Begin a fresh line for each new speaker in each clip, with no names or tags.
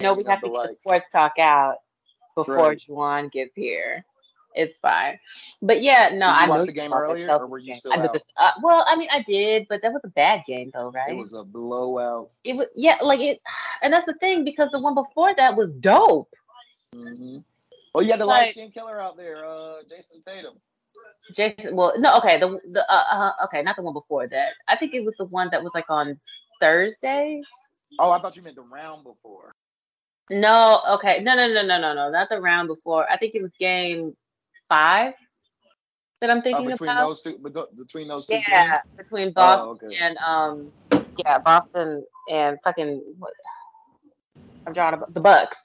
No, we
up
have
the
to get the
likes.
sports talk out before
Right.
Juwan gets here. It's fine, but yeah, no,
Did you
I
watch
know
the game
saw
earlier,
Celtics
or were you
game.
still
I did
out?
this- uh, well, I mean, I did, but that was a bad game, though, right?
It was a blowout.
it was yeah, like it, and that's the thing because the one before that was dope.
hmm Oh, you had the
Like-
light skinned killer out there, uh, Jason Tatum.
Jason, well, no, okay, the the uh, uh okay, not the one before that. I think it was the one that was like on Thursday.
Oh, I thought you meant the round before. Uh,
No, okay, no, no, no, no, no, no, not the round before. I think it was game five that I'm
Uh,
thinking
between
about.
those two, but between those two.
yeah,
teams?
between Boston
Oh, okay.
and um, yeah, Boston and fucking what? I'm drawing a, the Bucks.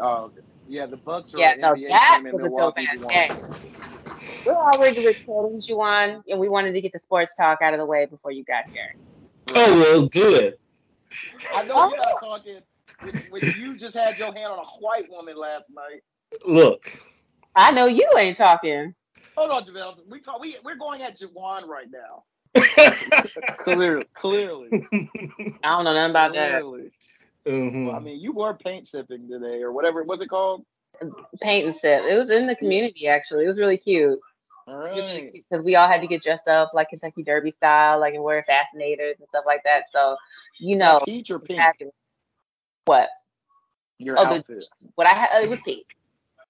Oh, okay. yeah. The Bucks are
Yeah,
an
no,
NBA
that
team in
was a
Milwaukee.
dope-ass
Bucks.
We're already recording, Juwan, and we wanted to get the sports talk out of the way before you got here.
Oh well, good.
I
Oh.
know you're not talking. When you just had your hand on a white woman last night.
Look,
I know you ain't talking.
Hold on, Javel. We talk. We we're going at Jawan right now. Clearly, clearly,
I don't know nothing about that.
clearly.
Mhm.
I mean, you were paint sipping today, or whatever. What's it called?
Paint and sip. It was in the community actually. It was really cute
All
because
right.
we all had to get dressed up like Kentucky Derby style, like and wear fascinators and stuff like that. So you know,
Peach or pink?
fabulous. what
Your
Oh, the-
outfit.
what I had it was pink.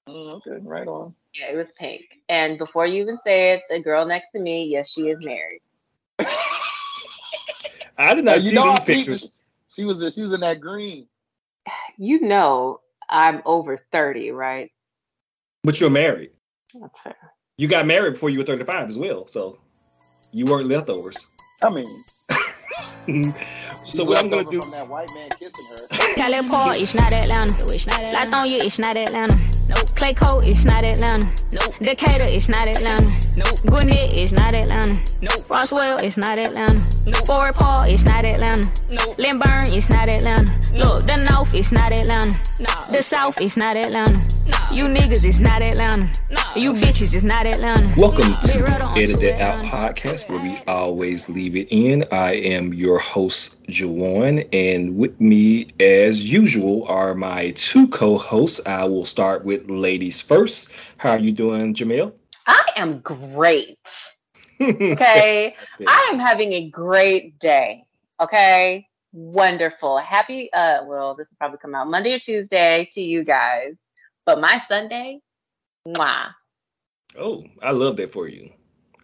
Mm, okay, right on.
Yeah, it was pink. And before you even say it, the girl next to me, yes, she is married.
I did
Now,
not
you
see
know,
these
I peeped.
pictures.
She was she was in that green.
You know, I'm over thirty, right?
But you're married.
Okay.
You got married before you were 35 as well, so you weren't leftovers.
I mean,
Mm-hmm. so what I'm gonna
leftover
do?
from that white man kissing her.
Callan Paul, it's not Atlanta. Light on you, it's not Atlanta. Nope. Clay Cole, it's not Atlanta. Nope. Decatur, it's not Atlanta. Nope. Gwinnett, it's not Atlanta. Nope. Roswell, it's not Atlanta. Nope. Forward Paul, it's not Atlanta. Nope. Lynburn, it's not Atlanta. Look, the North, it's not Atlanta. No. The South, it's not Atlanta. No. You niggas, it's not Atlanta. No. You bitches, it's not Atlanta.
Welcome
Get rid
to
of 'em,
Edit
too,
That Out
Atlanta.
podcast, where we always leave it in. I am your host, Jawan, and with me, as usual, are my two co-hosts. I will start with ladies first. How are you doing, Jamil?
I am great. Okay. I am having a great day. Okay. Wonderful. Happy uh well, this will probably come out Monday or Tuesday to you guys. But my Sunday, mwah.
Oh, I love that for you.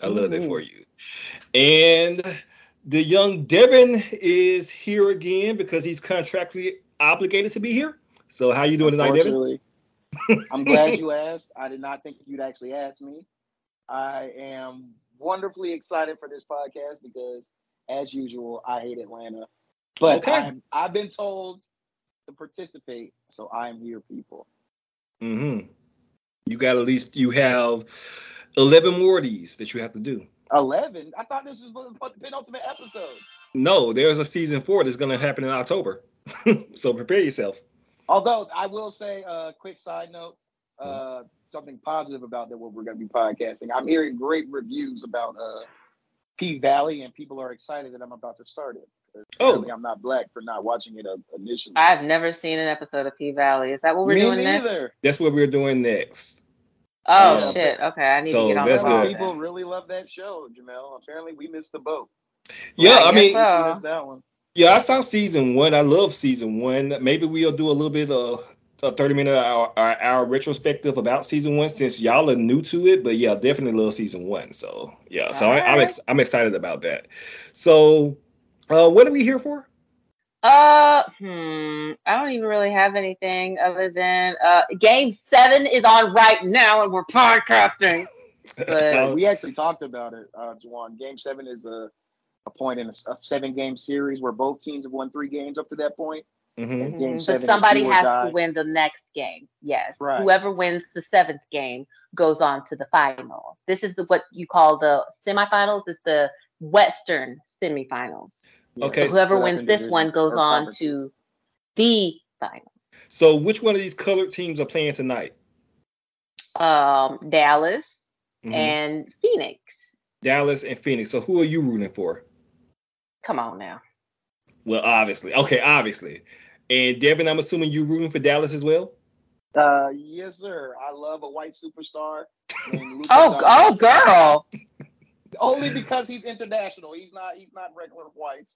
I love that for you. And the young Devin is here again because he's contractually obligated to be here. So how you doing tonight, Devin?
Unfortunately, I'm glad you asked. I did not think you'd actually ask me. I am wonderfully excited for this podcast because, as usual, I hate Atlanta. But
Okay.
I'm, I've been told to participate, so I'm here, people.
hmm You got at least you have eleven more of these that you have to do.
11? I thought this was the penultimate episode.
No, there's a season four that's gonna happen in October. so prepare yourself.
Although I will say a uh, quick side note,
Hmm.
uh, something positive about that what we're going to be podcasting. I'm hearing great reviews about uh, P Valley, and people are excited that I'm about to start it.
Oh,
Apparently, I'm not black for not watching it uh, initially.
I've never seen an episode of P Valley. Is that what we're
Me
doing next?
neither.
that's what we're doing next.
Oh
Yeah.
shit. Okay. I need
So
to get on
that's
the ball
Apparently,
good.
then.
people really love that show, Jamel. Apparently, we missed the boat.
Yeah, I
Right,
mean,
yes, sir.
we missed that one.
Yeah, I saw season one. I love season one. Maybe we'll do a little bit of a 30 minute hour, hour, hour retrospective about season one since y'all are new to it. But yeah, definitely love season one. So yeah, so I, I'm, ex- I'm excited about that. So uh, what are we here for?
Uh, hmm. I don't even really have anything other than uh, Game Seven is on right now, and we're podcasting. But-
Uh,
we actually talked about it, uh, Juwan. Game seven is a, a point in a, seven game series where both teams have won three games up to that point.
mhm.
And game
Mhm.
seven
but
is
somebody
do or
has
die.
to win the next game. Yes.
Right.
Whoever wins the seventh game goes on to the finals. This is the, what you call the semifinals. It's the Western semifinals.
Yeah,
Okay,
it's
Whoever
split up
wins
in
this
divisions
one goes
or
on
conferences.
to the finals.
So which one of these colored teams are playing tonight?
Um, Dallas
Mm-hmm.
Mhm.
and Phoenix.
Dallas and Phoenix. So who are you rooting for?
Come on now.
Well, obviously. Okay, obviously. And Devin, I'm assuming you're rooting for Dallas as well.
Uh, yes, sir. I love a white superstar. named Luka
Oh,
Doncic.
oh, girl.
Only because he's international. He's not. He's not regular white.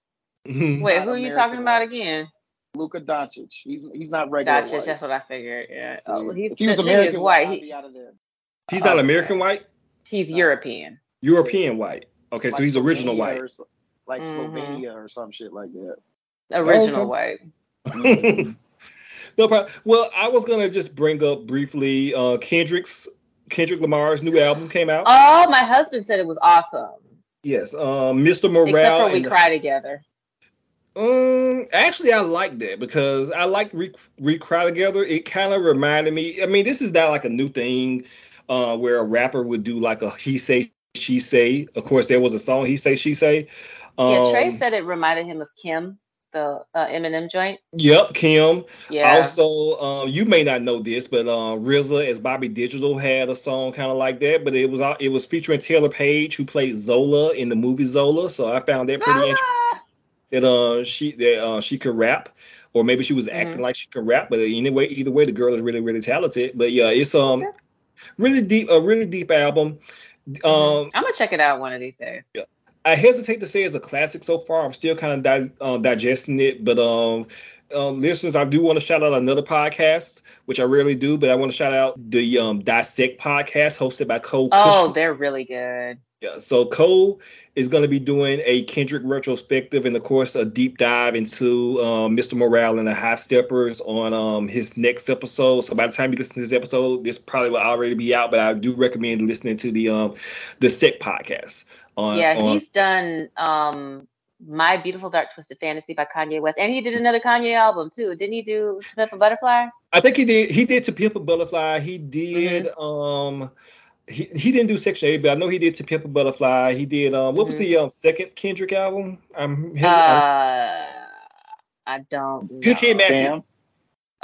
Mhm.
Wait,
not
who are you
American
talking about
white.
again?
Luka Doncic. He's he's not regular
Gotcha.
white.
That's what I figured. Yeah.
See,
Oh, he's,
if he was
the nigga's
American white,
white.
I'd
He,
be out of there.
He's not
okay.
American white,
he's
No.
European.
European white. Okay, so
Like
he's original
Slovenia
white.
or so- like
Mhm.
Slovenia or some shit like that. Oh,
Original
okay.
white.
no problem. Well, I was gonna just bring up briefly uh Kendrick's Kendrick Lamar's new album came out.
Oh, my husband said it was awesome.
yes, um, Mr.
Except
Morale.
for we
and-
cry together.
Um, actually, I like that because I like re, re- cry together. It kind of reminded me. I mean, this is not like a new thing, uh, where a rapper would do like a he say she say. Of course, there was a song he say she say. Um,
yeah, Trey said it reminded him of Kim, the uh, Eminem joint.
Yep, Kim.
Yeah.
Also, um, you may not know this, but uh, RZA as Bobby Digital had a song kind of like that, but it was out- it was featuring Taylor Page, who played Zola in the movie Zola. So I found that pretty interesting
Ah!
that uh she that uh she could rap, or maybe she was
Mm-hmm.
acting like she could rap. But anyway, either way, the girl is really really talented. But yeah, it's um
Okay. Mm-hmm.
really deep a really deep album. Um,
I'm gonna check it out one of these days.
I hesitate to say it's a classic so far. I'm still kind of di- um, digesting it, but um, um, listeners, I do want to shout out another podcast, which I rarely do, but I want to shout out the um, Dissect podcast hosted by Cole.
Oh,
Cushman.
they're really good.
Yeah, so Cole is going to be doing a Kendrick retrospective and, of course, a deep dive into um, Mr. Morale and the High Steppers on um, his next episode. So by the time you listen to this episode, this probably will already be out. But I do recommend listening to the um, the Sick podcast. On,
yeah,
on-
he's done um My Beautiful Dark Twisted Fantasy by Kanye West. And he did another Kanye album too. Didn't he do Smith and Butterfly?
I think he did. He did to Pimp a Butterfly. He did.
Mm-hmm.
Um, he, he didn't do Section Eight, but I know he did to Pimp a Butterfly. He did. Um, what was
Mhm.
the um, second Kendrick album? I'm, his,
Uh I don't know.
Good Kid, Mad City.
Damn.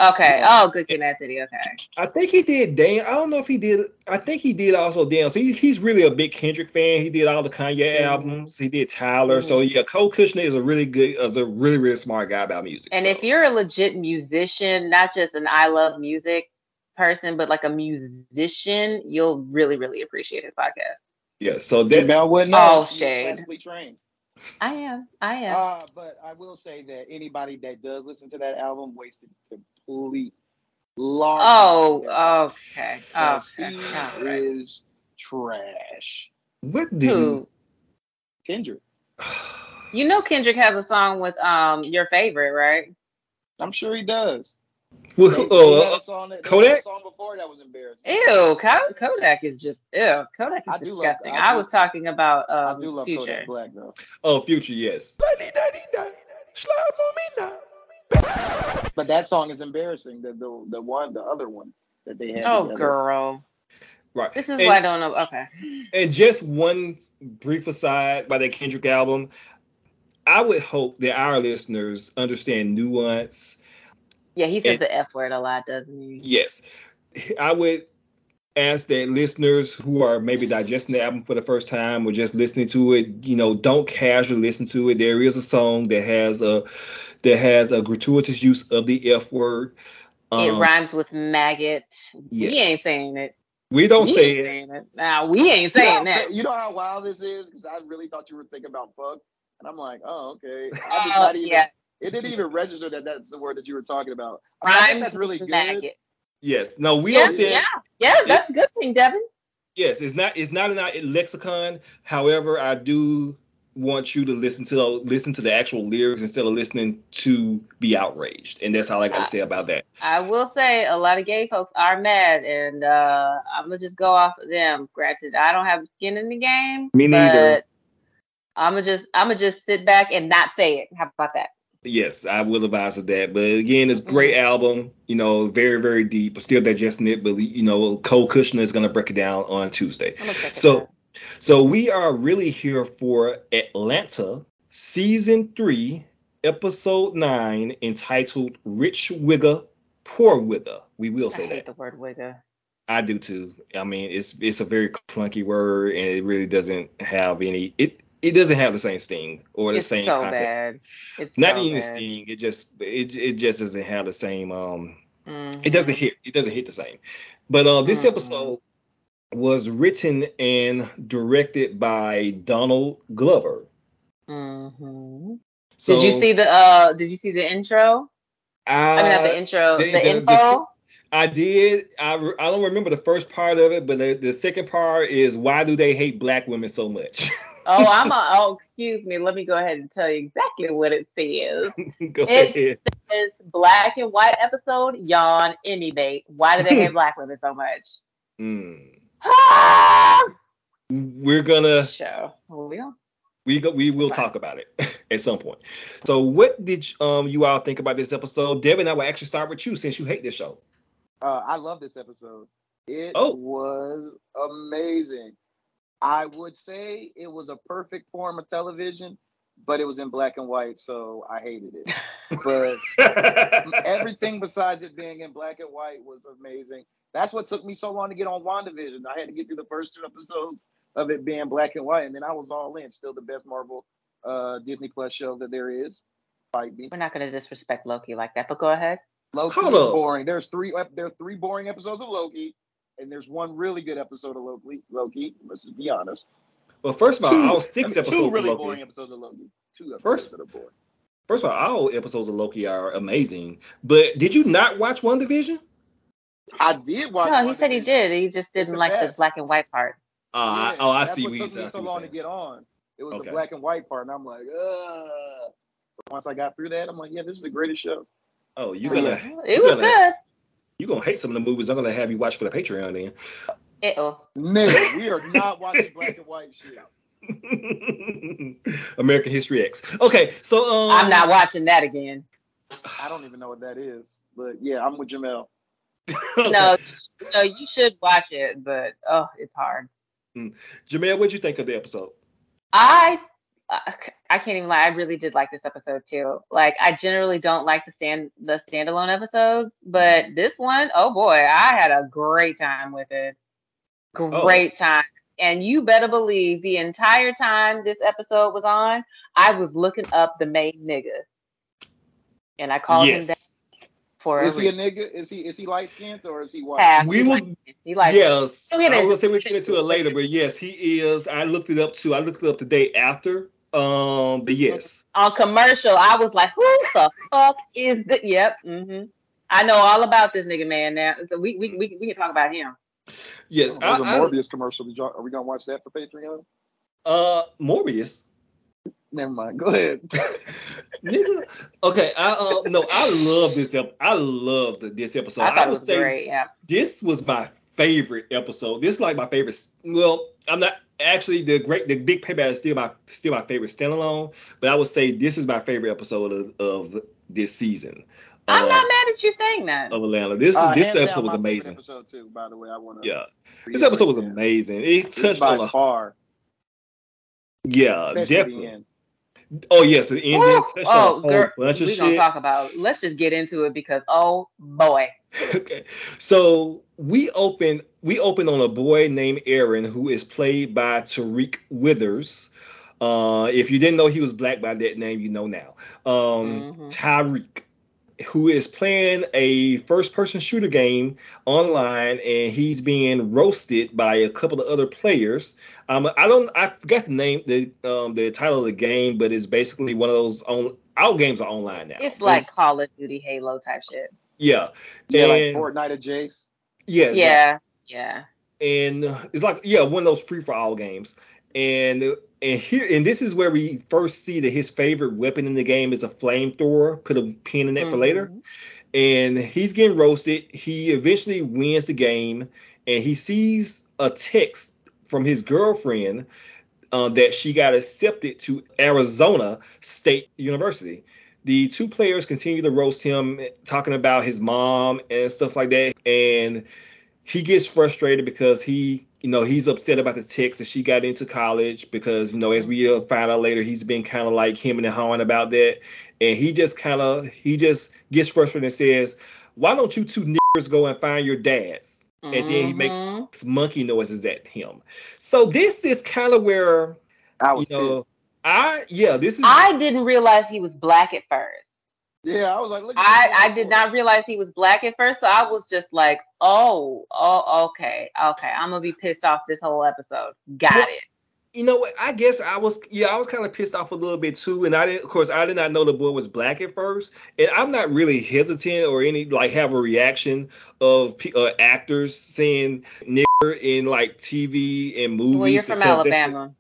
Okay. Oh, Good Kid Mad City. Okay.
I think he did. Damn, I don't know if he did. I think he did also. Damn, so he, he's really a big Kendrick fan. He did all the Kanye
Mhm.
albums. He did Tyler. So
Mm-hmm.
yeah, Cole Kushner is a really good, is a really really smart guy about music.
And
so.
if you're a legit musician, not just an I love music person, but like a musician, you'll really, really appreciate his podcast.
yeah, so
That
that
Bell wouldn't
Oh,
know. She was
shade.
classically trained.
I am. I am.
Uh, but I will say that anybody that does listen to that album wasted complete large.
oh, okay. Oh,
Because
okay.
he
All right.
is trash.
what do you?
Who?
Kendrick.
You know Kendrick has a song with um your favorite, right?
I'm sure he does.
Well,
They-
who-
they
oh,
had
uh,
a song that- they
Kodak?
had a song before that was embarrassing.
Ew, Ko- Kodak is just ew. Kodak is
I do love-
disgusting.
I
I,
do-
was talking about
I
um,
do love
future.
Kodak Black though.
oh, Future, yes.
But that song is embarrassing. The the, the one, the other one that they had.
Oh,
together.
girl.
Right.
This is
And-
why I don't know. Okay.
And just one brief aside by that Kendrick album, I would hope that our listeners understand nuance.
Yeah, he says
And-
the F word a lot, doesn't he?
Yes, I would ask that listeners who are maybe digesting the album for the first time or just listening to it, you know, don't casually listen to it. There is a song that has a that has a gratuitous use of the F word.
it
Um,
rhymes with maggot. We
yes.
ain't saying it.
We don't
we
say
ain't
it.
saying it. Nah, we ain't saying
you know,
that.
You know how wild this is because I really thought you were thinking about fuck, and I'm like, oh okay. I was
Oh,
not even,
yeah,
It didn't even register that that's the word that you were talking about. I mean, I guess
rhymes
that's really
with
good.
maggot.
Yes. No, we
Yeah,
don't say
yeah,
it.
yeah, that's a good thing, Devin.
Yes, it's not it's not in our lexicon. However, I do want you to listen to the listen to the actual lyrics instead of listening to be outraged. And that's all I gotta say about that.
I will say a lot of gay folks are mad, and uh, I'm gonna just go off of them. Granted, I don't have skin in the game.
Me neither.
I'm gonna just I'm gonna just sit back and not say it. How about that?
Yes, I will advise of that. But again, it's a great album. You know, very very deep. Still digesting it, but you know, Cole Kushner is gonna break it down on Tuesday.
I'm gonna check it
So-
out.
So we are really here for Atlanta, season three, episode nine, entitled "Rich Wigger, Poor Wigger." We will
I
say that.
hate the word wigger.
I do too. I mean, it's it's a very clunky word, and it really doesn't have any. It it doesn't have the same sting or the
it's
same
so
concept.
bad. It's
Not
so
even
bad.
sting. It just it it just doesn't have the same um
Mhm.
it doesn't hit it doesn't hit the same but uh, this
Mhm.
episode was written and directed by donald glover
Mhm.
so
did you see the uh? Did you see the intro?
I,
I mean, not the intro.
Uh, the-
The,
the- the-
info.
I did I, re- I don't remember the first part of it but the, the second part is why do they hate black women so much
oh, I'm a. Oh, excuse me. Let me go ahead and tell you exactly what it says.
go
It-
ahead
It's black and white episode. Yawn. Any date. Why do they hate black women so much?
Mm.
Ah!
we're gonna
Show. Well,
we go, we will
Right.
talk about it at some point so what did um you all think about this episode devin i will actually start with you since you hate this show
Uh, I love this episode. It
Oh.
was amazing. I would say it was a perfect form of television, but it was in black and white, so I hated it. But everything besides it being in black and white was amazing. That's what took me so long to get on WandaVision. I had to get through the first two episodes of it being black and white, and then I was all in. Still the best Marvel uh, Disney Plus show that there is. Fight me.
we're not gonna disrespect Loki like that, but go ahead.
Loki
Hold
is
up.
boring. There's three. ep- There are three boring episodes of Loki, and there's one really good episode of Loki. Loki. Let's just be honest.
well first of all
Two.
all six
I mean,
episodes
Two
of
really
Loki-
boring episodes of Loki. Two episodes
First-
that are boring.
First of all, all episodes of Loki are amazing. But did you not watch One Division?
I did watch.
No, he said he
WandaVision.
did. He just didn't
the
like the
best.
black and white part.
Oh, I,
Yeah,
oh, I
that's
see
what
what you
took me
said.
so long to get on. It was
Okay.
the black and white part, and I'm like, uh. Once I got through that, I'm like, yeah, this is the greatest show.
Oh, you
Uh,
gonna
It
you
was
gonna-
good.
you gonna hate some of the movies. I'm gonna have you watch for the Patreon
Ew.
Nigga, we are not watching black and white shit.
then. American History X. Okay, so um,
I'm not watching that again.
I don't even know what that is, but yeah, I'm with Jamel.
okay.
No, no, you should watch it, but oh, it's hard.
Jamel, what'd you think of the episode?
I I I can't even lie. I really did like this episode too. Like I generally don't like the stand the standalone episodes, but
Mm-hmm.
this one, oh boy, I had a great time with it.
Oh.
Great time. And you better believe the entire time this episode was on, I was looking up the main nigga. And I called him that for
Is
a
he a
reason.
nigga? Is he is he light skinned or is he white?
Half.
We
He
will-
like- he like
yes,
Go ahead
I
and-
was gonna say we will get into it later, but yes, he is. I looked it up too. I looked it up the day after. Um, but yes.
on commercial, I was like, "Who the fuck is the?" Yep. hmm I know all about this nigga man now. So we we we, we can talk about him.
Yes,
There's
I,
a
I,
Oh, Morbius commercial. Did y'all- Are we gonna watch that for Patreon?
uh, Morbius.
Never mind. Go ahead.
Nigga. Okay, I uh, no, I love this ep- I love the, this episode.
I
I,
thought it
would
was
say uh,
great. Yeah.
this was my favorite episode. This is like my favorite. s- Well, I'm not actually the great the big payback is still my still my favorite standalone, but I would say this is my favorite episode of, of this season.
I'm
uh,
not mad at you saying that.
of Atlanta. This
Uh, hands
this
down,
episode
my
was
favorite
amazing.
Episode too, by the way, I want to.
Yeah, this episode was amazing. It touched
by
on a uh,
far,
yeah,
especially the
definitely.
end.
Oh yes, the ending
Woo!
touched on a
oh,
whole
girl, we
bunch of
gonna
shit.
talk about. Let's just get into it because oh boy,
okay. So we open we open on a boy named Aaron who is played by Tariq Withers. Uh, if you didn't know he was black by that name, you know now. Um,
Mhm.
Tyreek, who is playing a first-person shooter game online, and he's being roasted by a couple of other players. Um, I don't, I forgot the name, the um, the title of the game, but it's basically one of those on. All games are online now.
it's like Call of Duty, Halo type shit.
yeah,
Yeah, like
And-
Fortnite of Jace.
yeah, exactly.
Yeah. Yeah.
and uh, it's like yeah one of those free for all games and uh, and here and this is where we first see that his favorite weapon in the game is a flamethrower put a pin in it for later
Mhm.
and he's getting roasted he eventually wins the game and he sees a text from his girlfriend uh, that she got accepted to arizona state university the two players continue to roast him talking about his mom and stuff like that and he gets frustrated because he you know he's upset about the text that she got into college because you know as we uh, find out later he's been kind of like him and hawing about that and he just kind of he just gets frustrated and says why don't you two niggers go and find your dads
Mm-hmm.
and then he makes
Mhm.
monkey noises at him so this is kind of where
I was
you know
pissed.
I yeah, this is
I didn't realize he was black at first.
Yeah, I was like, look. At
I
this
I
boy.
did not realize he was black at first, so I was just like, oh, oh, okay, okay. I'm gonna be pissed off this whole episode. Got it.
you know what? I guess I was yeah, I was kind of pissed off a little bit too, and I didn't. Of course, I did not know the boy was black at first, and I'm not really hesitant or any like have a reaction of pe- uh, actors saying nigger in like TV and movies.
Well, you're from
because that's-
Alabama.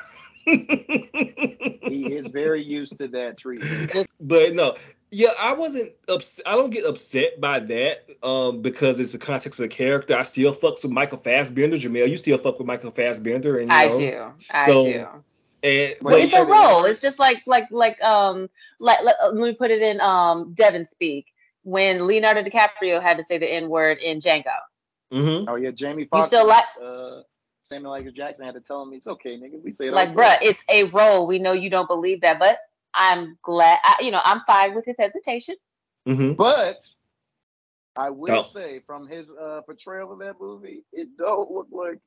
He is very used to that treatment.
but no yeah i wasn't upset i don't get upset by that um because it's the context of the character i still fucks with michael fassbender jamel you still fuck with michael fassbender and you
I
know,
do. I
So-
do.
and
But
Well,
but
it's
you
a
said it-
role. It's just like like like um like, like uh, let me put it in um Devin speak when Leonardo DiCaprio had to say the N word in Django.
mhm.
Oh yeah, Jamie Foxx.
still like-
uh, Samuel L. Jackson had to tell him it's okay, nigga. We say it
Like,
all the
bruh,
time.
it's a role. We know you don't believe that, but I'm glad. I, you know, I'm fine with his hesitation.
mhm.
But I will
No.
say, from his uh, portrayal of that movie, it don't look like.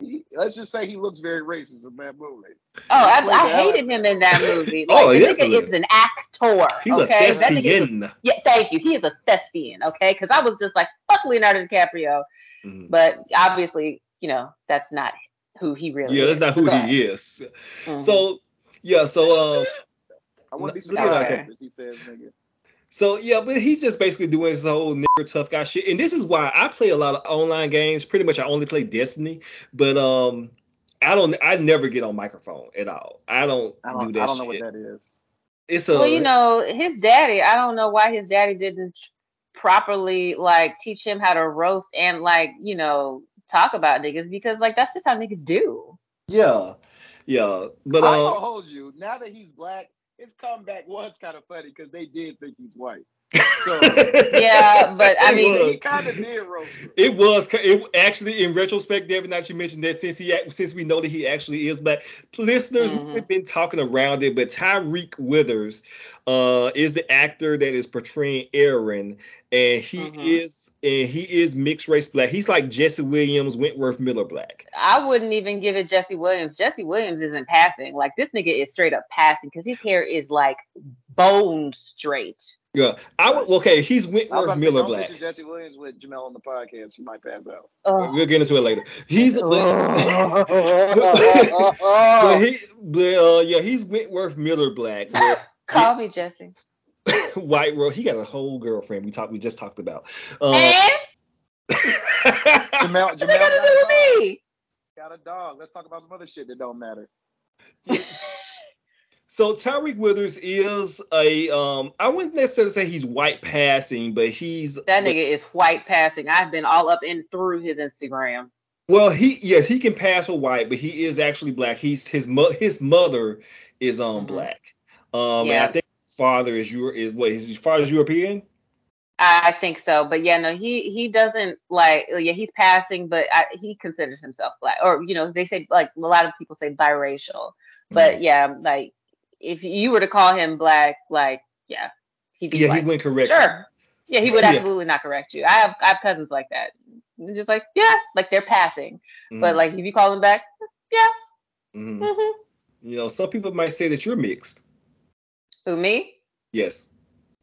He, let's just say he looks very racist in that movie.
Oh, I,
Like
I
that.
hated him in that movie. Like,
uh, Oh,
the
yeah.
nigga is an actor.
he's
okay,
a
That nigga is-
thespian
yeah, thank you. He is a thespian. Okay, because I was just like, fuck Leonardo DiCaprio,
Mhm.
but obviously, you know, that's not who he really.
yeah
is.
that's not who
But-
he is
Mhm.
so uh, yeah so um
I wouldn't be
Look at
surprised
that.
if he says, nigga.
So yeah, but he's just basically doing his whole nigger tough guy shit. And this is why I play a lot of online games. Pretty much I only play Destiny, but um I don't I never get on microphone at all. I don't,
I don't,
do that
I don't know
shit.
what that is.
It's a
well, you know, his daddy. I don't know why his daddy didn't properly like teach him how to roast and like you know talk about niggas because like that's just how niggas do.
yeah. Yeah. But
I don't
uh
hold you. Now that he's black, his comeback was kind of funny because they did think he's white. So
Yeah, but I
It
mean,
was.
he kind of did roast. him.
It was it actually in retrospect, Devin. Now that you mentioned that, since he act- since we know that he actually is black, listeners
Mhm.
we've been talking around it, but Tyreek Withers uh, is the actor that is portraying Aaron, and he
Mhm.
is and he is mixed race black. He's like Jesse Williams, Wentworth Miller black.
I wouldn't even give it Jesse Williams. Jesse Williams isn't passing. Like this nigga is straight up passing because his hair is like bone straight.
Yeah, I would. Okay, he's
I was about
Wentworth
to say,
Miller
don't
black.
picture Jesse Williams with Jamel on the podcast. She might pass out.
Ugh.
We'll get into it later. He's. but- But
Ugh.
he, but, uh, yeah, he's Wentworth Miller black. where
Call me Jesse.
White Rose, he got a whole girlfriend. We talked, we just talked about. Uh,
and
Jamel, Jamel
what they gonna do with me?
got a dog. Let's talk about some other shit that don't matter.
so Tyreek Withers is a um, I wouldn't necessarily say he's white passing, but he's
That nigga is white passing. I've been all up and through his Instagram.
Well, he yes, he can pass for white, but he is actually black. He's his mo- his mother is um
Mhm.
black. Um,
Yeah.
and I think his father is your is what his father's European.
I think so, but yeah, no, he he doesn't like. oh, Yeah, he's passing, but I, he considers himself black, or you know, they say like a lot of people say biracial,
Mm.
but yeah, like if you were to call him black, like yeah, he'd be
yeah,
black.
he went correct.
Sure. Yeah, he would
Yeah.
absolutely not correct you. I have I have cousins like that. They're just like, yeah, like they're passing.
Mhm.
But like if you call them back,
Mhm.
hmm
you know, some people might say that you're mixed.
who me?
Yes.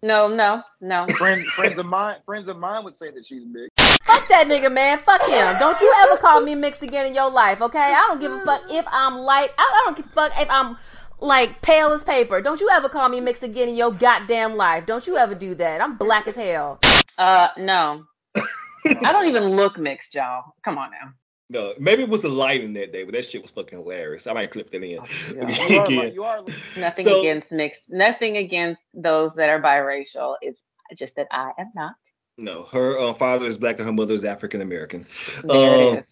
No, no, no.
Friends, friends of mine, friends of mine would say that she's big.
Fuck that nigga, man. Fuck him. Don't you ever call me mixed again in your life, okay? I don't give a fuck if I'm light. I, I don't give a fuck if I'm like pale as paper. Don't you ever call me mixed again in your goddamn life. Don't you ever do that. I'm black as hell.
Uh, no. I don't even look mixed, y'all. Come on now.
No, maybe it was the lighting that day, but that shit was fucking hilarious. I might clip that
Oh,
in.
Yeah.
You are,
Yeah.
like- you are
Nothing
So-
against mixed. Nothing against those that are biracial. It's just that I am not.
No, her uh, father is black and her mother is African American.
There
Um,
it is.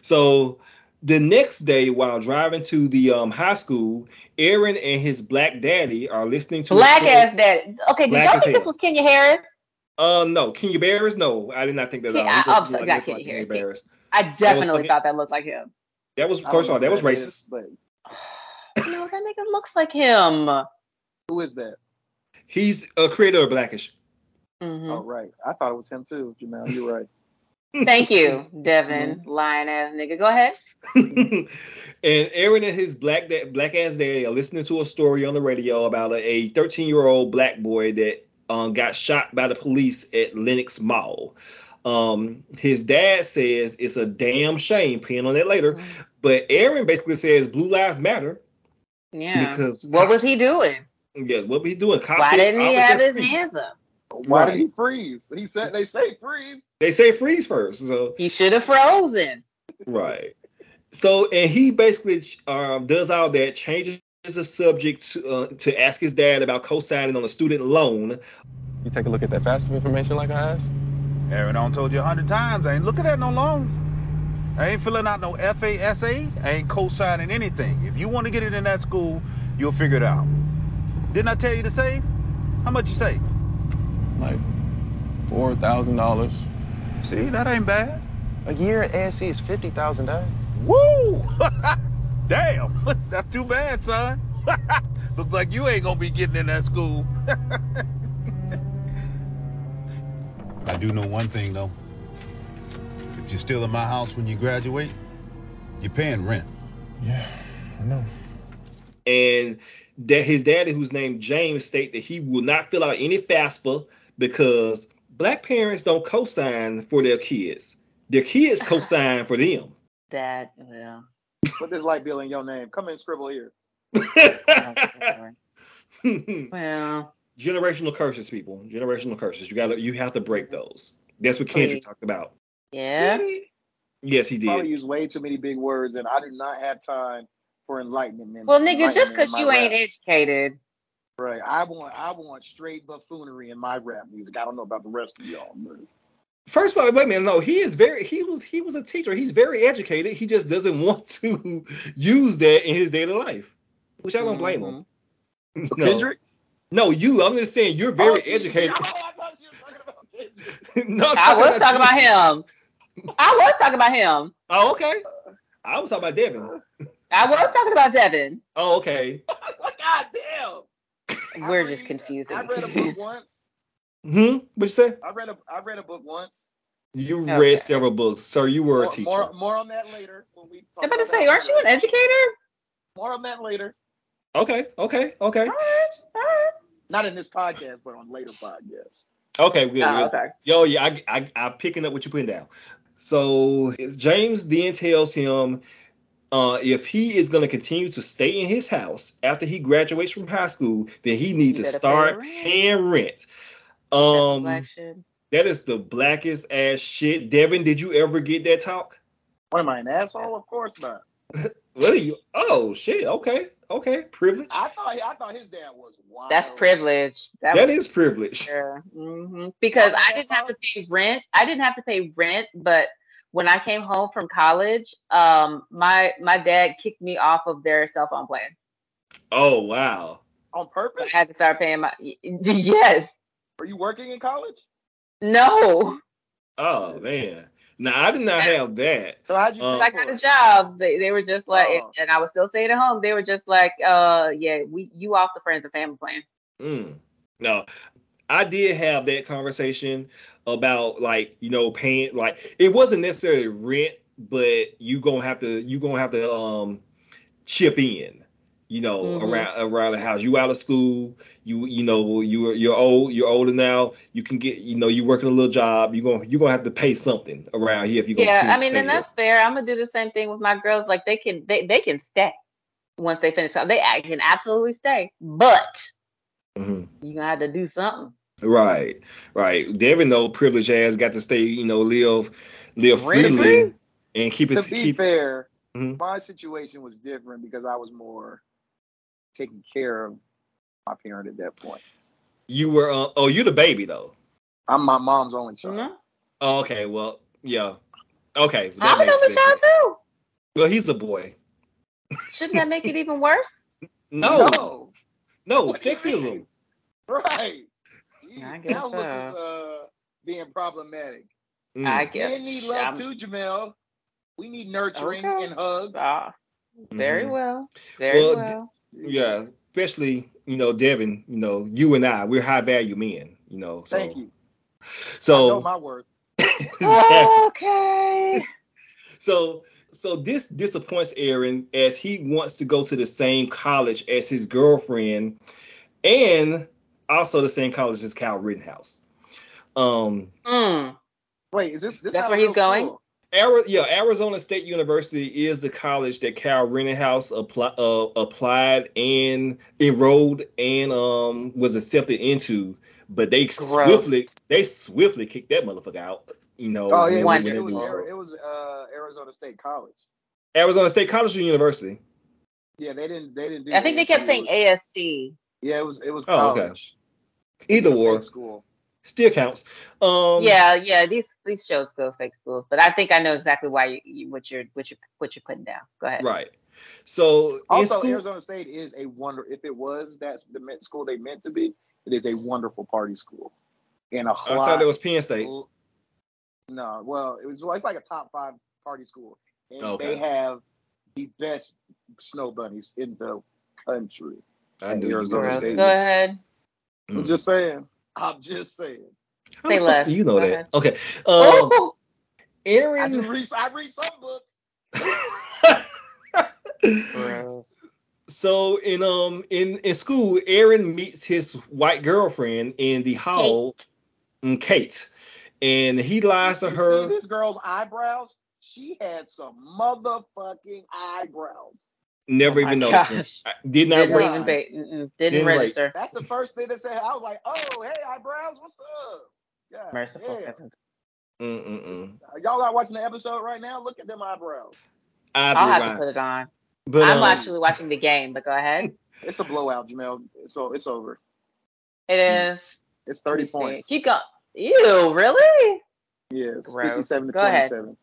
So the next day, while driving to the um, high school, Aaron and his black daddy are listening to a
Black
show-
ass daddy. Okay, did
Black
y'all
as
think
hell.
this was Kenya Harris?
Uh, no, Kenya Barris. No, I did not think that.
Ken-
at all.
I-
It was
I'm sorry,
like-
not
it was
Kenya
like
Harris.
Barris.
I
fucking-
definitely thought that looked like him.
That was
I don't
first of
know
all, that was
who
racist.
is, but
no, that nigga looks like him.
who is that?
He's a creator of Blackish.
Mhm.
Oh right, I thought it was him too. Jamel, you're right.
Thank you, Devin. Lying ass nigga. Go ahead.
and And Aaron and his black da- black ass daddy are listening to a story on the radio about a 13 year old black boy that um, got shot by the police at Lenox Mall. Um, his dad says it's a damn shame. Pin on that later. But Aaron basically says blue lives matter.
Yeah.
Because
what was
cops-
he doing?
Yes, what was he doing? Cops
Why
said-
didn't he
officer
have his
freeze.
hands up?
Why
Right.
did he freeze? He said they say freeze.
They say freeze first, so
He should have frozen.
right. So and he basically um, does all that, changes the subject to, uh, to ask his dad about co-signing on a student loan.
You take a look at that FAFSA information like I asked?
Aaron, I done told you a hundred times, I ain't looking at no loans. I ain't filling out no FASA. I ain't co-signing anything. If you want to get it in that school, you'll figure it out. Didn't I tell you to save? How much you save?
Like $4,000.
See, that ain't bad.
A year at ASC is $50,000.
Woo! Damn, that's too bad, son. Look like you ain't gonna be getting in that school. I do know one thing though. If you're still in my house when you graduate, you're paying rent.
Yeah, I know.
And that his daddy, who's named James, state that he will not fill out any FAFSA because black parents don't co-sign for their kids. Their kids co-sign for them.
That well.
Put this light bill in your name. Come and scribble here.
well,
generational curses, people. Generational curses. You gotta you have to break those. That's what Kendrick
Wait.
talked about.
yeah.
Did he?
Yes, he
Probably
did.
used way too many big words, and I do not have time for enlightenment.
Well, nigga, just
enlightenment in
because
my
you
rap.
ain't educated,
right, I want I want straight buffoonery in my rap music. I don't know about the rest of y'all. But
First of all, wait a minute. No, he is very he was he was a teacher. He's very educated. He just doesn't want to use that in his daily life. Which I don't blame him. No.
Kendrick,
No, you. I'm just saying you're very
Mm-hmm. Oh, she-
educated.
oh, I thought she was talking about Kendrick.
no, I'm
I was
you.
talking about him. I was talking about him.
Oh, okay. I was talking about Devin.
I was talking about Devin.
Oh, okay.
God damn. I
We're
read-
just confusing.
I read a book once.
Hmm. What you say?
I read a I read a book once.
You
Okay.
read several books, sir. You were a
More-
teacher.
More, more on that later when we talk
I'm about to
about
say, aren't you an educator?
More on that later.
Okay. Okay. Okay.
Not in this podcast, but on later podcasts.
Okay. Good.
Oh,
good.
okay.
Yo, yeah, I, I, I'm picking up what you're putting down. So it's- James then tells him uh, if he is going to continue to stay in his house after he graduates from high school, then he needs to
better pay
start
rent.
paying rent.
That's
Um,
election.
that is the blackest ass shit. Devin, did you ever get that talk?
What am I, an asshole? Of course not.
What are you? Oh shit. Okay. Okay. Privilege.
I thought I thought his dad was wild.
That's privilege. That,
That
was
is privilege.
sure. hmm Because I didn't have to pay rent. I didn't have to pay rent, but when I came home from college, um, my my dad kicked me off of their cell phone plan.
Oh wow.
On
So I
purpose?
had to start paying my yes.
Were you working in college?
No.
Oh man. Now I did not have that.
So how'd you
Um,
pay
I
for
got a
it?
job. They, they were just like,
Oh.
and I was still staying at home. They were just like, uh, yeah, we you off the friends and family plan.
Mm. No, I did have that conversation about like you know paying like it wasn't necessarily rent, but you gonna have to you gonna have to um chip in, you know
Mhm.
around around the house. You out of school, you you know you you're old you're older now. You can get you know you working a little job. You gonna you gonna have to pay something around here if you gonna
Yeah,
continue
I mean,
to
and
stay here.
that's fair. I'm gonna do the same thing with my girls. Like they can they, they can stay once they finish. They a- can absolutely stay, but
Mhm.
you gonna have to do something.
Right, right. Devin, though, privileged ass, got to stay, you know, live, live
Rent
freely
free?
and keep his
to be
keep.
fair,
Mhm.
my situation was different because I was more taking care of my parent at that point.
You were, uh, oh, you the baby though.
I'm my mom's only child.
Mhm.
Oh, okay, well, yeah, okay. that
I'm an
makes
only
sense.
child too.
Well, he's a boy.
Shouldn't that make it even worse?
No, no,
Oh,
No. Oh, What do you
sexism.
mean? Right. You-
I guess
now look
so.
at uh, being problematic.
Mm.
I guess.
Men need love
I'm-
too, Jamel. We need nurturing
Okay.
and hugs.
Ah, very
Mhm.
well. Very well.
Well, d- Yeah, especially you know, Devin. You know, you and I, we're high value men. You know, so
Thank you. I know
so
my worth.
Exactly.
Okay.
so so this disappoints Aaron as he wants to go to the same college as his girlfriend, and also the same college as Kyle Rittenhouse. Um,
Mm.
Wait, is this this
That's
not
where he's
real
going?
school?
Ari- yeah, Arizona State University is the college that Cal Rittenhouse apply, uh, applied and enrolled and um was accepted into, but they swiftly they swiftly kicked that motherfucker out. You know,
Oh yeah, it was,
when-
it
Wonderful.
was,
when-
Ari- it was uh, Arizona State College.
Arizona State College or University.
Yeah, they didn't they didn't do.
I think they kept
ASU.
saying ASC.
Yeah, it was it was
Oh, okay.
college.
Either or,
Big school.
still counts. Um,
yeah, yeah. These these shows go fake schools, but I think I know exactly why you, you what you're what you what you're putting down. Go ahead.
right. So in
Also,
school-
Arizona State is a wonder. If it was that's the meant school they meant to be, it is a wonderful party school. And a
I
whole
thought that was Penn State.
L- No, well, it was well, it's like a top five party school, and
Oh, Okay.
they have the best snow bunnies in the country.
I knew you
Arizona
were-
Gross.
State.
Go ahead.
I'm
Mm.
just saying. I'm just saying.
How the
They
fuck
left.
do You
Go
know
ahead.
that. Okay. Um,
Ooh,
I
Aaron.
do read. I read some books.
so in um in in school, Aaron meets his white girlfriend in the hall, mm, Kate, and he lies to
You
her.
See this girl's eyebrows. She had some motherfucking eyebrows.
Never
Oh my
even noticed him.
gosh.
I- Did not
Didn't
Didn't
raise
even
rate.
pay, mm-mm, didn't
Didn't rate.
register.
That's the first thing that said. I was like, oh, hey, eyebrows, what's up? Yeah.
Merciful
yeah.
heavens.
Mm, Mm-mm-mm.
Y'all are watching the episode right now. Look at them eyebrows.
I'd
I'll
be
have
lying.
to put it on.
But,
I'm
um,
actually watching the game, but go ahead.
It's a blowout, Jamel. So it's over.
It is.
It's
let
30
me see.
points.
Keep going. Ew, really?
Yeah, it's
Gross.
57 to
Go ahead.
27.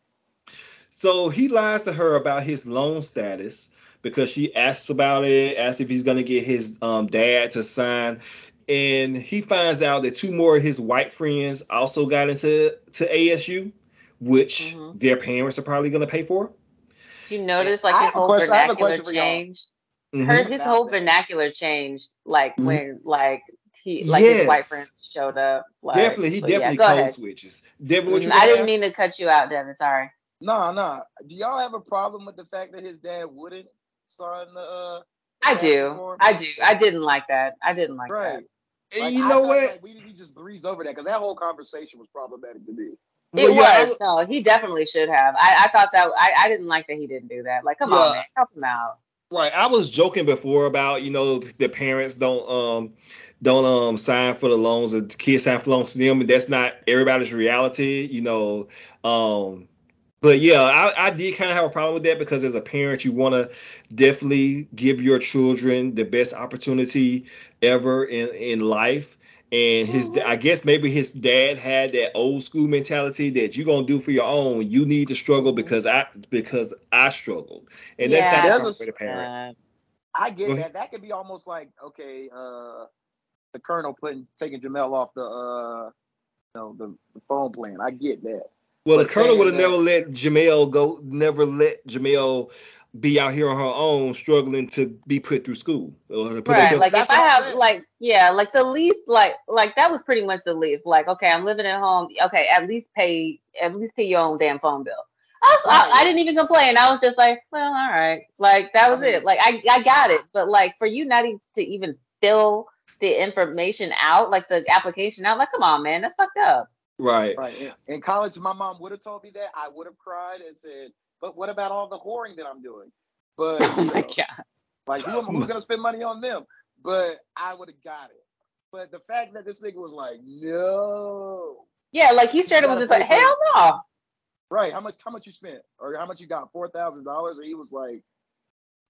So he lies to her about his loan status because she asks about it, asks if he's gonna get his um, dad to sign, and he finds out that two more of his white friends also got into to ASU, which
Mhm.
their parents are probably gonna pay for.
Do you notice like
I
his
have a
whole
question- I have a
vernacular
question for y'all.
changed?
Mhm.
Her his
About
whole
that.
vernacular changed like
Mhm.
when like he like his white
Yes.
friends showed up. Like,
definitely, he
but yeah,
definitely
go
code
ahead.
switches. Devin, what you
Mm, I
gonna
didn't
ask?
mean to cut you out, Devin. Sorry.
No, no. Do y'all have a problem with the fact that his dad wouldn't sign the uh
I
Ask
do.
for-
I do. I didn't like that. I didn't like
right?
And
Like,
you
I
know
thought,
what?
like, we, we just breezed over that because that whole conversation was problematic to me.
that. It
Well, yeah, I-
was. No, he definitely should have. I, I thought that I, I didn't like that he didn't do that. Like, come on,
Yeah.
man. Help him out.
Right. I was joking before about, you know, the parents don't um don't um sign for the loans and the kids sign for loans to them, and that's not everybody's reality, you know. Um but yeah, I, I did kind of have a problem with that because as a parent, you want to definitely give your children the best opportunity ever in, in life. And his, I guess maybe his dad had that old school mentality that you're gonna do for your own. You need to struggle because I because I struggled, and that's
Yeah.
There's
not proper
a-
for the parent.
Uh,
I
Go
get
ahead.
that. That could be almost like okay, uh, the colonel putting taking Jamel off the uh, you know, the, the phone plan. I get that.
Well, the
But
colonel
saying
would have
that-
never let Jamel go, never let Jamel be out here on her own, struggling to be put through school. Or to put
right.
herself-
Like, if
that's
I
what I'm
have
saying.
like, yeah, like the least, like, like that was pretty much the least. Like, okay, I'm living at home. Okay, at least pay, at least pay your own damn phone bill. I, was, I, I
Right.
didn't even complain. I was just like, well, all right. Like that was
I mean-
it. Like I, I got it. But like for you not even to even fill the information out, like the application out, like come on, man, that's fucked up.
right.
Right. In, in college, my mom would have told me that. I would have cried and said, "But what about all the whoring that I'm doing?" But
Oh
you
my
know,
god.
Like, who, am- who's gonna spend money on them? But I would have got it. But the fact that this nigga was like, no,
Yeah, like he started was
gotta
just like,
pay for
hell no.
right? How much? How much you spent, or how much you got? Four thousand dollars, and he was like,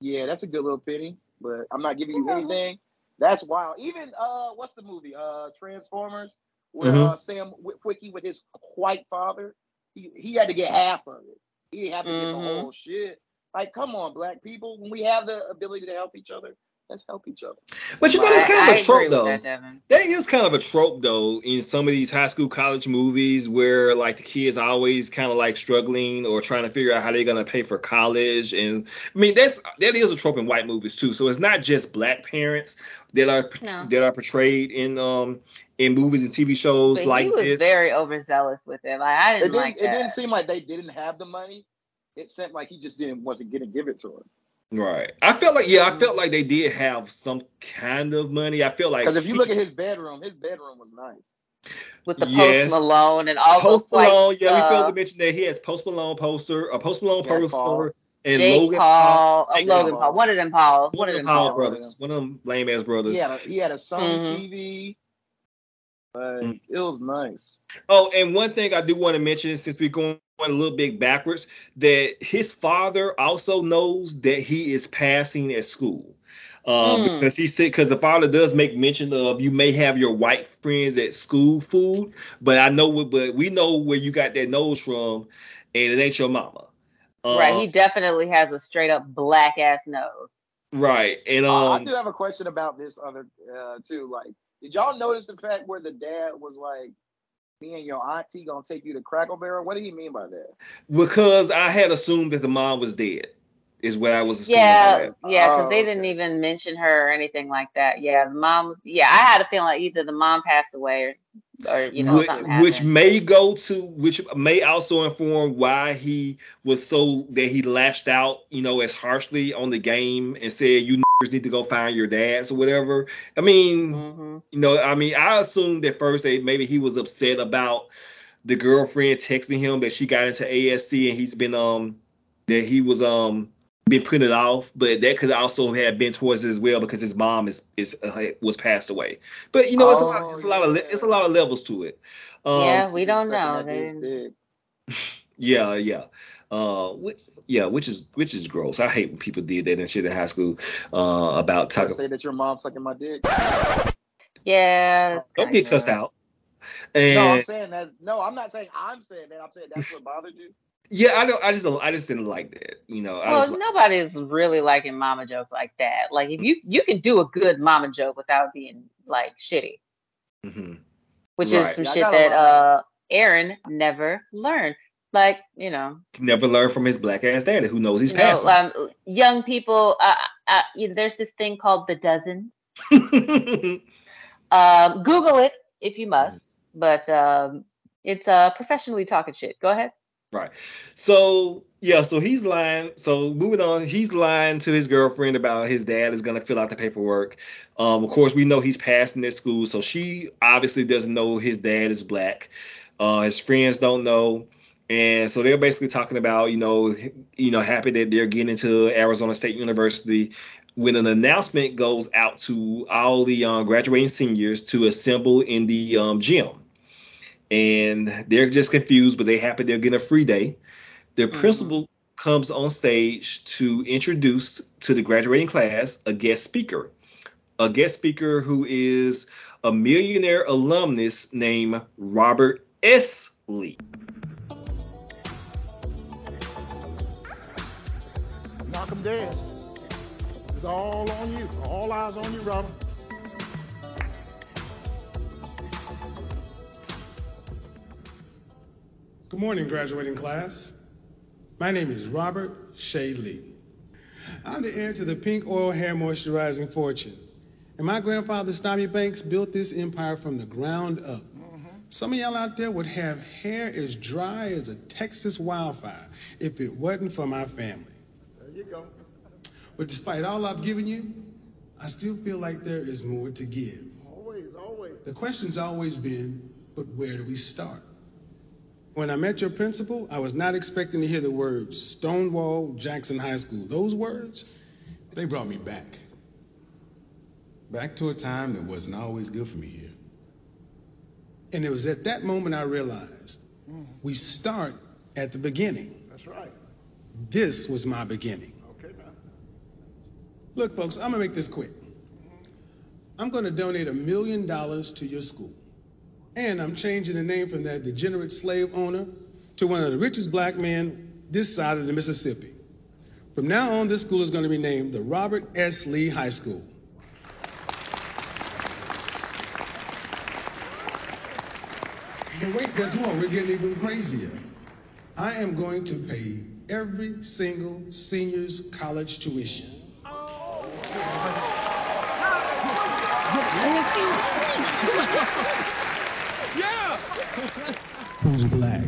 yeah, that's a good little penny, but I'm not giving you
Yeah.
anything. That's wild. Even uh, what's the movie? Uh, Transformers, where
Mhm.
uh, Sam Whi- Wiki with his white father, he, he had to get half of it. He didn't have to get
Mhm.
the whole shit. Like, come on, black people. When we have the ability to help each other, let's help each other.
But you know,
Well,
that's kind
I- I
of a
agree
trope,
with
though.
that, Devin.
That is kind of a trope though in some of these high school college movies where like the kids always kind of like struggling or trying to figure out how they're gonna pay for college and I mean that's that is a trope in white movies too. So it's not just black parents that are
No.
that are portrayed in um in movies and TV shows
But
like
he was
this.
very overzealous with it. Like I
It
didn't
didn't,
like
it didn't
that.
seem like they didn't have the money. it seemed like he just didn't wasn't gonna give it to her.
Right. I felt like yeah, I felt like they did have some kind of money. I feel like
Because if you look at his bedroom, his bedroom was nice.
with the
Yes.
Post Malone and all
Post
those like,
Malone, yeah, we failed
uh,
to mention that he has Post Malone poster, a Post Malone
Jack
poster,
Paul.
and
Jake
Logan Paul,
Paul, uh,
Jake
Logan
Paul.
Paul, one of them Pauls,
one of them
Paul
Paul brothers, one of them lame ass brothers.
He had a, he had a
Mhm.
Sony TV. Like
Mm.
it was nice.
Oh, and one thing I do want to mention since we're going a little bit backwards, that his father also knows that he is passing at school. Um,
Mm.
because he said because the father does make mention of you may have your white friends at school food, but I know what but we know where you got that nose from, and it ain't your mama. Um,
right? He definitely has a straight up black ass nose.
right. And
Uh, I
um
do have a question about this other uh, too. Like, did y'all notice the fact where the dad was like, "Me and your auntie gonna take you to Crackle Barrel"? What do you mean by that?
because I had assumed that the mom was dead, is what I was assuming.
Yeah, yeah, because
Oh,
they didn't
okay.
even mention her or anything like that. Yeah, the mom. was- Yeah, I had a feeling like either the mom passed away or, or you know
Whi-
something
which,
happened.
may go to which may also inform why he was so that he lashed out you know as harshly on the game and said you niggas need to go find your dads or whatever i mean
hmm
you know i mean i assumed at first that maybe he was upset about the girlfriend texting him that she got into asc and he's been um that he was um been printed off but that could also have been towards it as well because his mom is is uh, was passed away but you know it's a lot
Oh,
it's a lot of le-
yeah.
it's a lot of levels to it um
Yeah.
She
we
was
don't
sucking
know.
that
They
dude's
didn't-
dick.
yeah, yeah. Uh, whi- yeah, which is which is gross. I hate when people did that and shit in high school uh, about
Try to
talking.
say that your mom sucking my dick.
Yeah. it's
Don't
kinda-
get cussed out.
No, I'm
And
saying that's no. I'm not saying I'm saying that. I'm saying that's what bothered you.
yeah, I don't. I just I just didn't like Mm. that. You know, I
Well,
just
nobody's really liking mama jokes like that. Like if you you can do a good mama joke without being like shitty,
hmm
which
Right.
is some
Yeah, I
shit
got a
that
lot of-
uh Aaron never learned. Like you know,
never learned from his black ass daddy who knows he's
you know,
passing.
um, young people. Uh, uh, you know, there's this thing called the dozens. Um, Google it if you must,
Mm-hmm.
but um, it's uh professionally talking shit. Go ahead.
Right. So yeah, so he's lying. So moving on, he's lying to his girlfriend about his dad is gonna fill out the paperwork. Um, of course, we know he's passing at school, so she obviously doesn't know his dad is black. Uh, his friends don't know, and so they're basically talking about you know you know happy that they're getting into Arizona State University. When an announcement goes out to all the um, graduating seniors to assemble in the um, gym and they're just confused, but they happy they're getting a free day. The
Mhm.
principal comes on stage to introduce to the graduating class a guest speaker, a guest speaker who is a millionaire alumnus named Robert S. Lee.
Knock him dead. It's all on you. All eyes on you, Robert.
Good morning, graduating class. My name is Robert Shea Lee. I'm the heir to the pink oil hair moisturizing fortune. And my grandfather, Snobby Banks, built this empire from the ground up. Some of y'all out there would have hair as dry as a Texas wildfire if it wasn't for my family.
There you go.
But despite all I've given you, I still feel like there is more to give.
Always, always.
The question's always been, but where do we start? When I met your principal, I was not expecting to hear the words Stonewall Jackson High School. Those words, they brought me back. Back to a time that wasn't always good for me here. And it was at that moment I realized we start at the beginning.
Mm-hmm. That's right.
This was my beginning.
Okay, now.
Look, folks, I'm going to make this quick. I'm going to donate a million dollars to your school. And I'm changing the name from that degenerate slave owner to one of the richest black men this side of the Mississippi. From now on, this school is going to be named the Robert S. Lee High School. But wait, there's more. We're getting even crazier. I am going to pay every single senior's college tuition. who's black.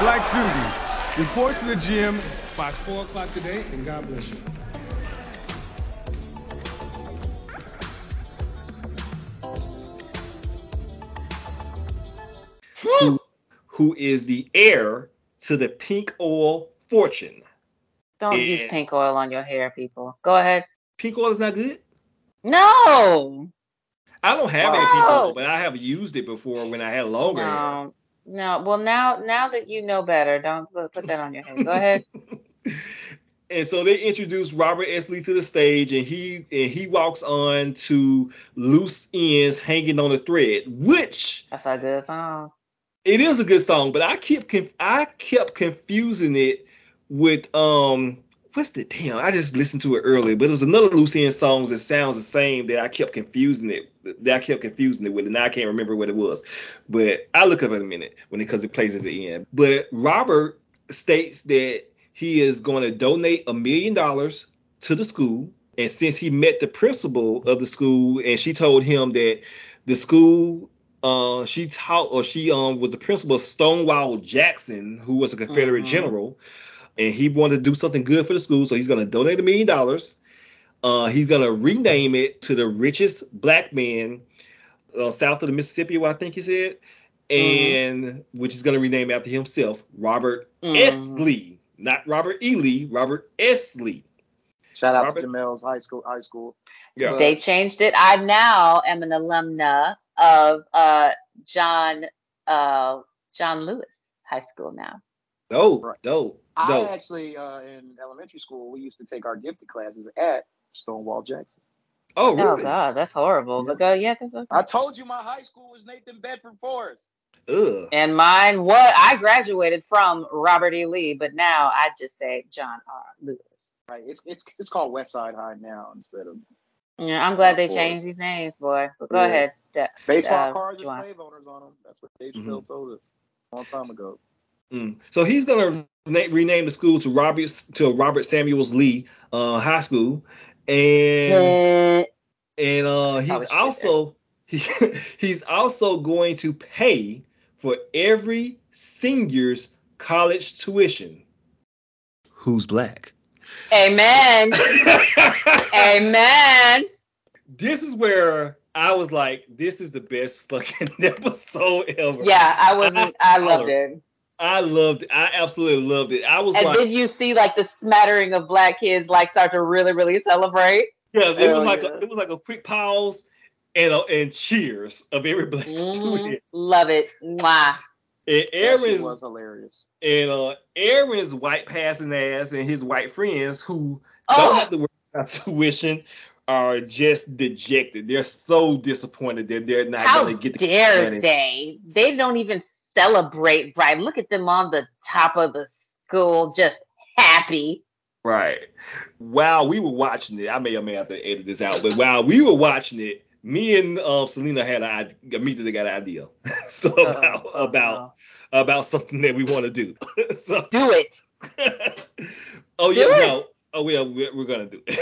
Black students, report to the gym by 4 o'clock today, and God bless you.
who, who is the heir to the pink oil fortune.
Don't use
Yeah.
pink oil on your hair, people. Go ahead.
Pink oil is not good.
No.
I don't have any pink
Wow.
oil, but I have used it before when I had longer hair.
No. No. Well, now now that you know better, don't put, put that on your head. Go ahead.
And so they introduced Robert S. Lee to the stage, and he and he walks on to loose ends hanging on a thread, which
That's a good song.
it is a good song, but I kept conf- I kept confusing it with um what's the damn I just listened to it earlier, but it was another loose end song that sounds the same that I kept confusing it that I kept confusing it with, and I can't remember what it was. But I will look up in a minute when it because it plays at the end. But Robert states that he is going to donate a million dollars to the school, and since he met the principal of the school, and she told him that the school uh, she taught or she um was the principal of Stonewall Jackson, who was a Confederate
Mhm.
general, and he wanted to do something good for the school, so he's gonna donate a million dollars. Uh, he's gonna rename it to the richest black man uh, south of the Mississippi, I think he said,
Mm-hmm.
and which is gonna rename after himself, Robert S.
Mm.
Lee, not Robert E. Lee, Robert S. Lee.
Shout out
Robert-
to Jamel's high school. High school.
Yeah.
They changed it. I now am an alumna of uh John uh John Lewis High School now.
Dope,
Right.
dope,
I
dope.
actually, uh, in elementary school, we used to take our gifted classes at Stonewall Jackson.
Oh,
Oh
really?
God, that's horrible. But go yeah. that's okay.
I told you my high school was Nathan Bedford Forrest.
Ugh.
And mine, what I graduated from Robert E. Lee, but now I just say John R. Lewis.
Right. It's it's it's called West Side High now instead of
Yeah, I'm glad
Of
they
course.
changed these names, boy. But go
Yeah.
ahead. Da-
baseball
Uh,
cards with
Juwan.
slave owners on them. That's what Dave
Mhm.
Chappelle told us a long time ago.
Mm. So he's gonna na- rename the school to Robert to Robert Samuels Lee uh, High School, and
Eh,
and uh, he's
Probably should be
also he, he's also going to pay for every senior's college tuition. Who's black?
Amen. Amen.
this is where I was like, this is the best fucking episode ever.
Yeah, I wasn't. I loved it.
I loved it. I absolutely loved it. I was
And
like,
then you see like the smattering of black kids like start to really, really celebrate.
Yes, it
Hell
was like
yeah.
a, it was like a quick pause and a, and cheers of every black
Mhm.
student.
Love it. Mwah.
And
That shit
Aaron's
was hilarious.
and uh, Aaron's white passing ass and his white friends who don't
Oh,
have to worry about tuition are just dejected. They're so disappointed that they're not
how
gonna get the
dare
money.
they? They don't even celebrate right. Look at them on the top of the school, just happy.
Right. While we were watching it, I may or may have to edit this out, but while we were watching it, me and uh, Selena had an idea, immediately got an idea. so
Uh-oh.
about about
Uh-huh.
about something that we want to do. so,
Do it.
oh
Do
yeah,
it.
no, oh yeah, we're, we're gonna do it.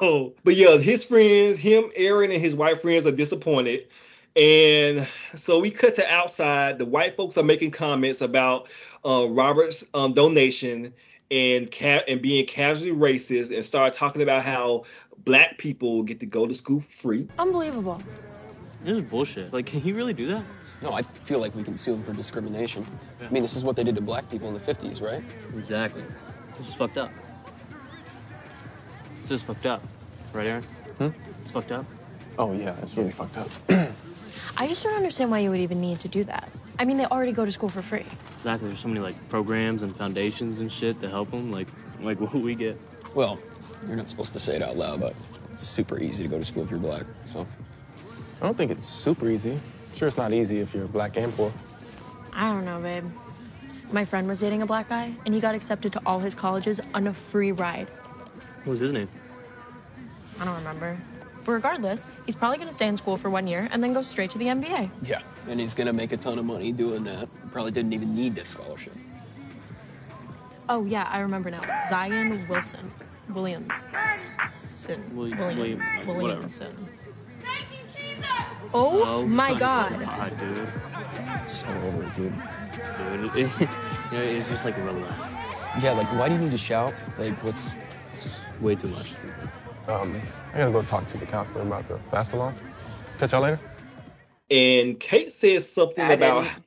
So, but yeah, his friends, him, Aaron, and his white friends are disappointed, and so we cut to outside. The white folks are making comments about uh, Robert's um, donation. And ca- and being casually racist and start talking about how black people get to go to school free.
Unbelievable.
This is bullshit. Like, can he really do that?
No, I feel like we can sue them for discrimination. I mean, this is what they did to black people in the 50s, right?
Exactly. This is fucked up. This is fucked up. Right, Aaron?
Hmm?
It's fucked up.
Oh, yeah, it's really fucked up.
I just don't understand why you would even need to do that. I mean, they already go to school for free.
Exactly. There's so many like programs and foundations and shit to help them. Like, like what we get.
well, you're not supposed to say it out loud, but it's super easy to go to school if you're black. So,
I don't think it's super easy. Sure, it's not easy if you're black and poor.
I don't know, babe. My friend was dating a black guy, and he got accepted to all his colleges on a free ride.
What was his name?
I don't remember. But regardless, he's probably gonna stay in school for one year and then go straight to the MBA.
yeah. And he's going to make a ton of money doing that. Probably didn't even need that scholarship.
Oh yeah, I remember now. Zion Wilson. Williams.
William- William- whatever.
Williamson. Oh, my god.
dude.
So over, it, dude.
Dude, it- You know, it's just like relax.
Yeah, like why do you need to shout? Like what's
way too much.
Um, I gotta go talk to the counselor about the FAFSA law. Catch y'all later.
And Kate says something
I
about
didn't.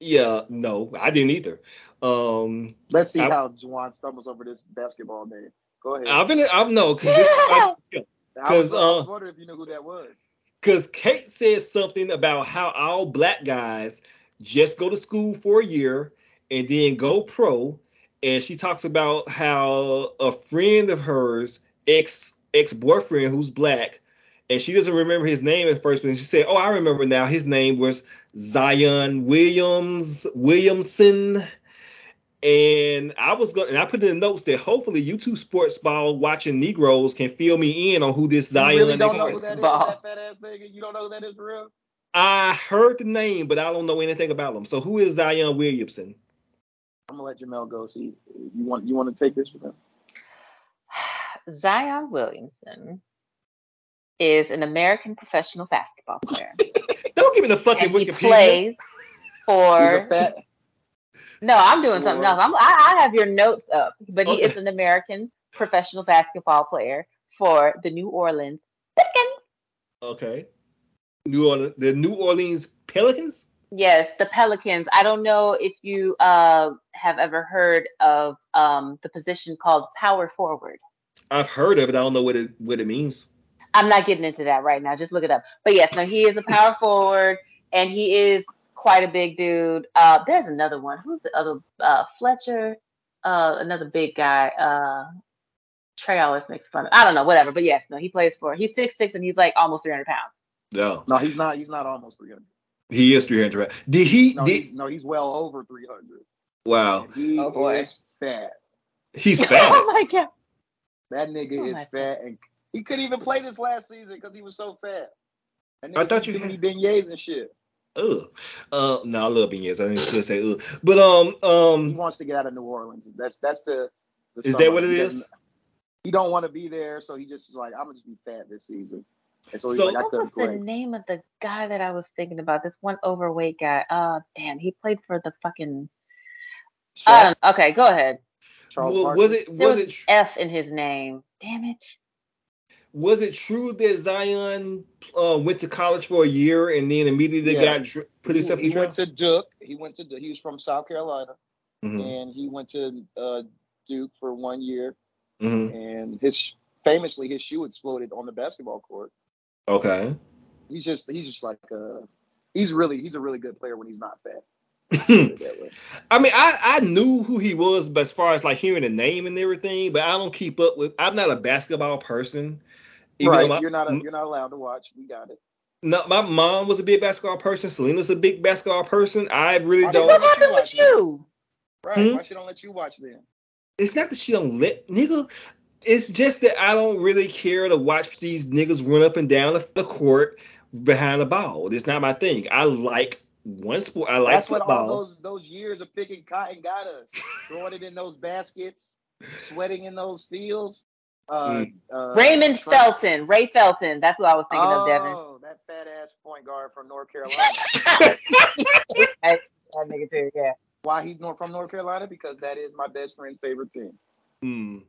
yeah, no, I didn't either. Um,
Let's see
I-
how Juwan stumbles over this basketball name. Go ahead.
I've been I've no because
I was,
'cause,
I was
uh,
wondering if you knew who that was.
because Kate says something about how all black guys just go to school for a year and then go pro, and she talks about how a friend of hers, ex ex boyfriend who's black, and she doesn't remember his name at first, but she said, "Oh, I remember now. His name was Zion Williams Williamson." And I was going, and I put in the notes that hopefully you two sports ball watching Negroes can fill me in on who this
You
Zion
really don't know who
is.
that is, that fat ass nigga. You don't know who that is for real.
I heard the name, but I don't know anything about him. So who is Zion Williamson?
I'm gonna let Jamel go. See, you want you want to take this for them?
Zion Williamson is an American professional basketball player.
Don't give me the fucking
he
Wikipedia.
plays for.
He's a fat.
no, I'm doing something
Lord.
else. I'm, I, I have your notes up, but he
Okay.
is an American professional basketball player for the New Orleans Pelicans.
Okay. New Orleans, the New Orleans Pelicans.
Yes, the Pelicans. I don't know if you uh, have ever heard of um, the position called power forward.
I've heard of it. I don't know what it what it means.
I'm not getting into that right now. Just look it up. But yes, no, he is a power forward, and he is quite a big dude. Uh, there's another one. Who's the other? Uh, Fletcher, uh, another big guy. Uh, Trey always makes fun of. I don't know, whatever. But yes, no, he plays for. He's six six, and he's like almost 300 pounds.
No,
No, he's not. He's not almost 300.
he is 300. Did he?
No,
did,
he's no, he's well over 300.
wow,
He
Oh, boy.
is fat.
he's
oh
fat.
my god.
That nigga
Oh, my
is fat, and he couldn't even play this last season because he was so fat. And
I thought you
too many beignets and shit.
Ugh. Uh, no, I love beignets. I didn't should say ugh. But um um
He wants to get out of New Orleans. That's that's the. the
Is that
summer.
what it
He
is?
doesn't- He don't want to be there, so he just is like, I'm gonna just be fat this season. And so he's
So-
like, I
What was
couldn't
the
play.
name of the guy that I was thinking about? This one overweight guy. Uh, damn, he played for the fucking. I don't, okay, go ahead.
Charles
well,
Barkley.
was it
There
was
was,
it tr-
F in his name. Damn it.
was it true that Zion uh, went to college for a year and then immediately
Yeah.
got dr- put
he,
himself in
he
the
went
draft?
to Duke. He went to Duke. He was from South Carolina,
Mhm,
and he went to uh, Duke for one year.
mhm.
And his famously his shoe exploded on the basketball court.
Okay.
He's just he's just like uh he's really he's a really good player when he's not fat.
I Hmm.
put it that way.
mean, I, I knew who he was, but as far as like hearing the name and everything, but I don't keep up with. I'm not a basketball person. Even though
right,
my-
you're not a,
m-
you're not allowed to watch. We got it.
no, my mom was a big basketball person. Selena's a big basketball person. I really
I
What
don't-
don't.
you
happened with
watching?
you?
Right?
Hmm?
Why should I let you watch then?
It's not that she don't let nigga. It's just that I don't really care to watch these niggas run up and down the, the court behind the ball. It's not my thing. I like one sport. I like
That's what all
football.
those those years of picking cotton got us. Throwing it in those baskets, sweating in those fields. Uh,
Hmm.
uh,
Raymond
Trey-
Felton. Ray Felton. That's what I was thinking of, Devin.
Oh, that fat ass point guard from North Carolina. Oh.
that nigga too, yeah.
Why he's not from North Carolina? Because that is my best friend's favorite team.
Mm.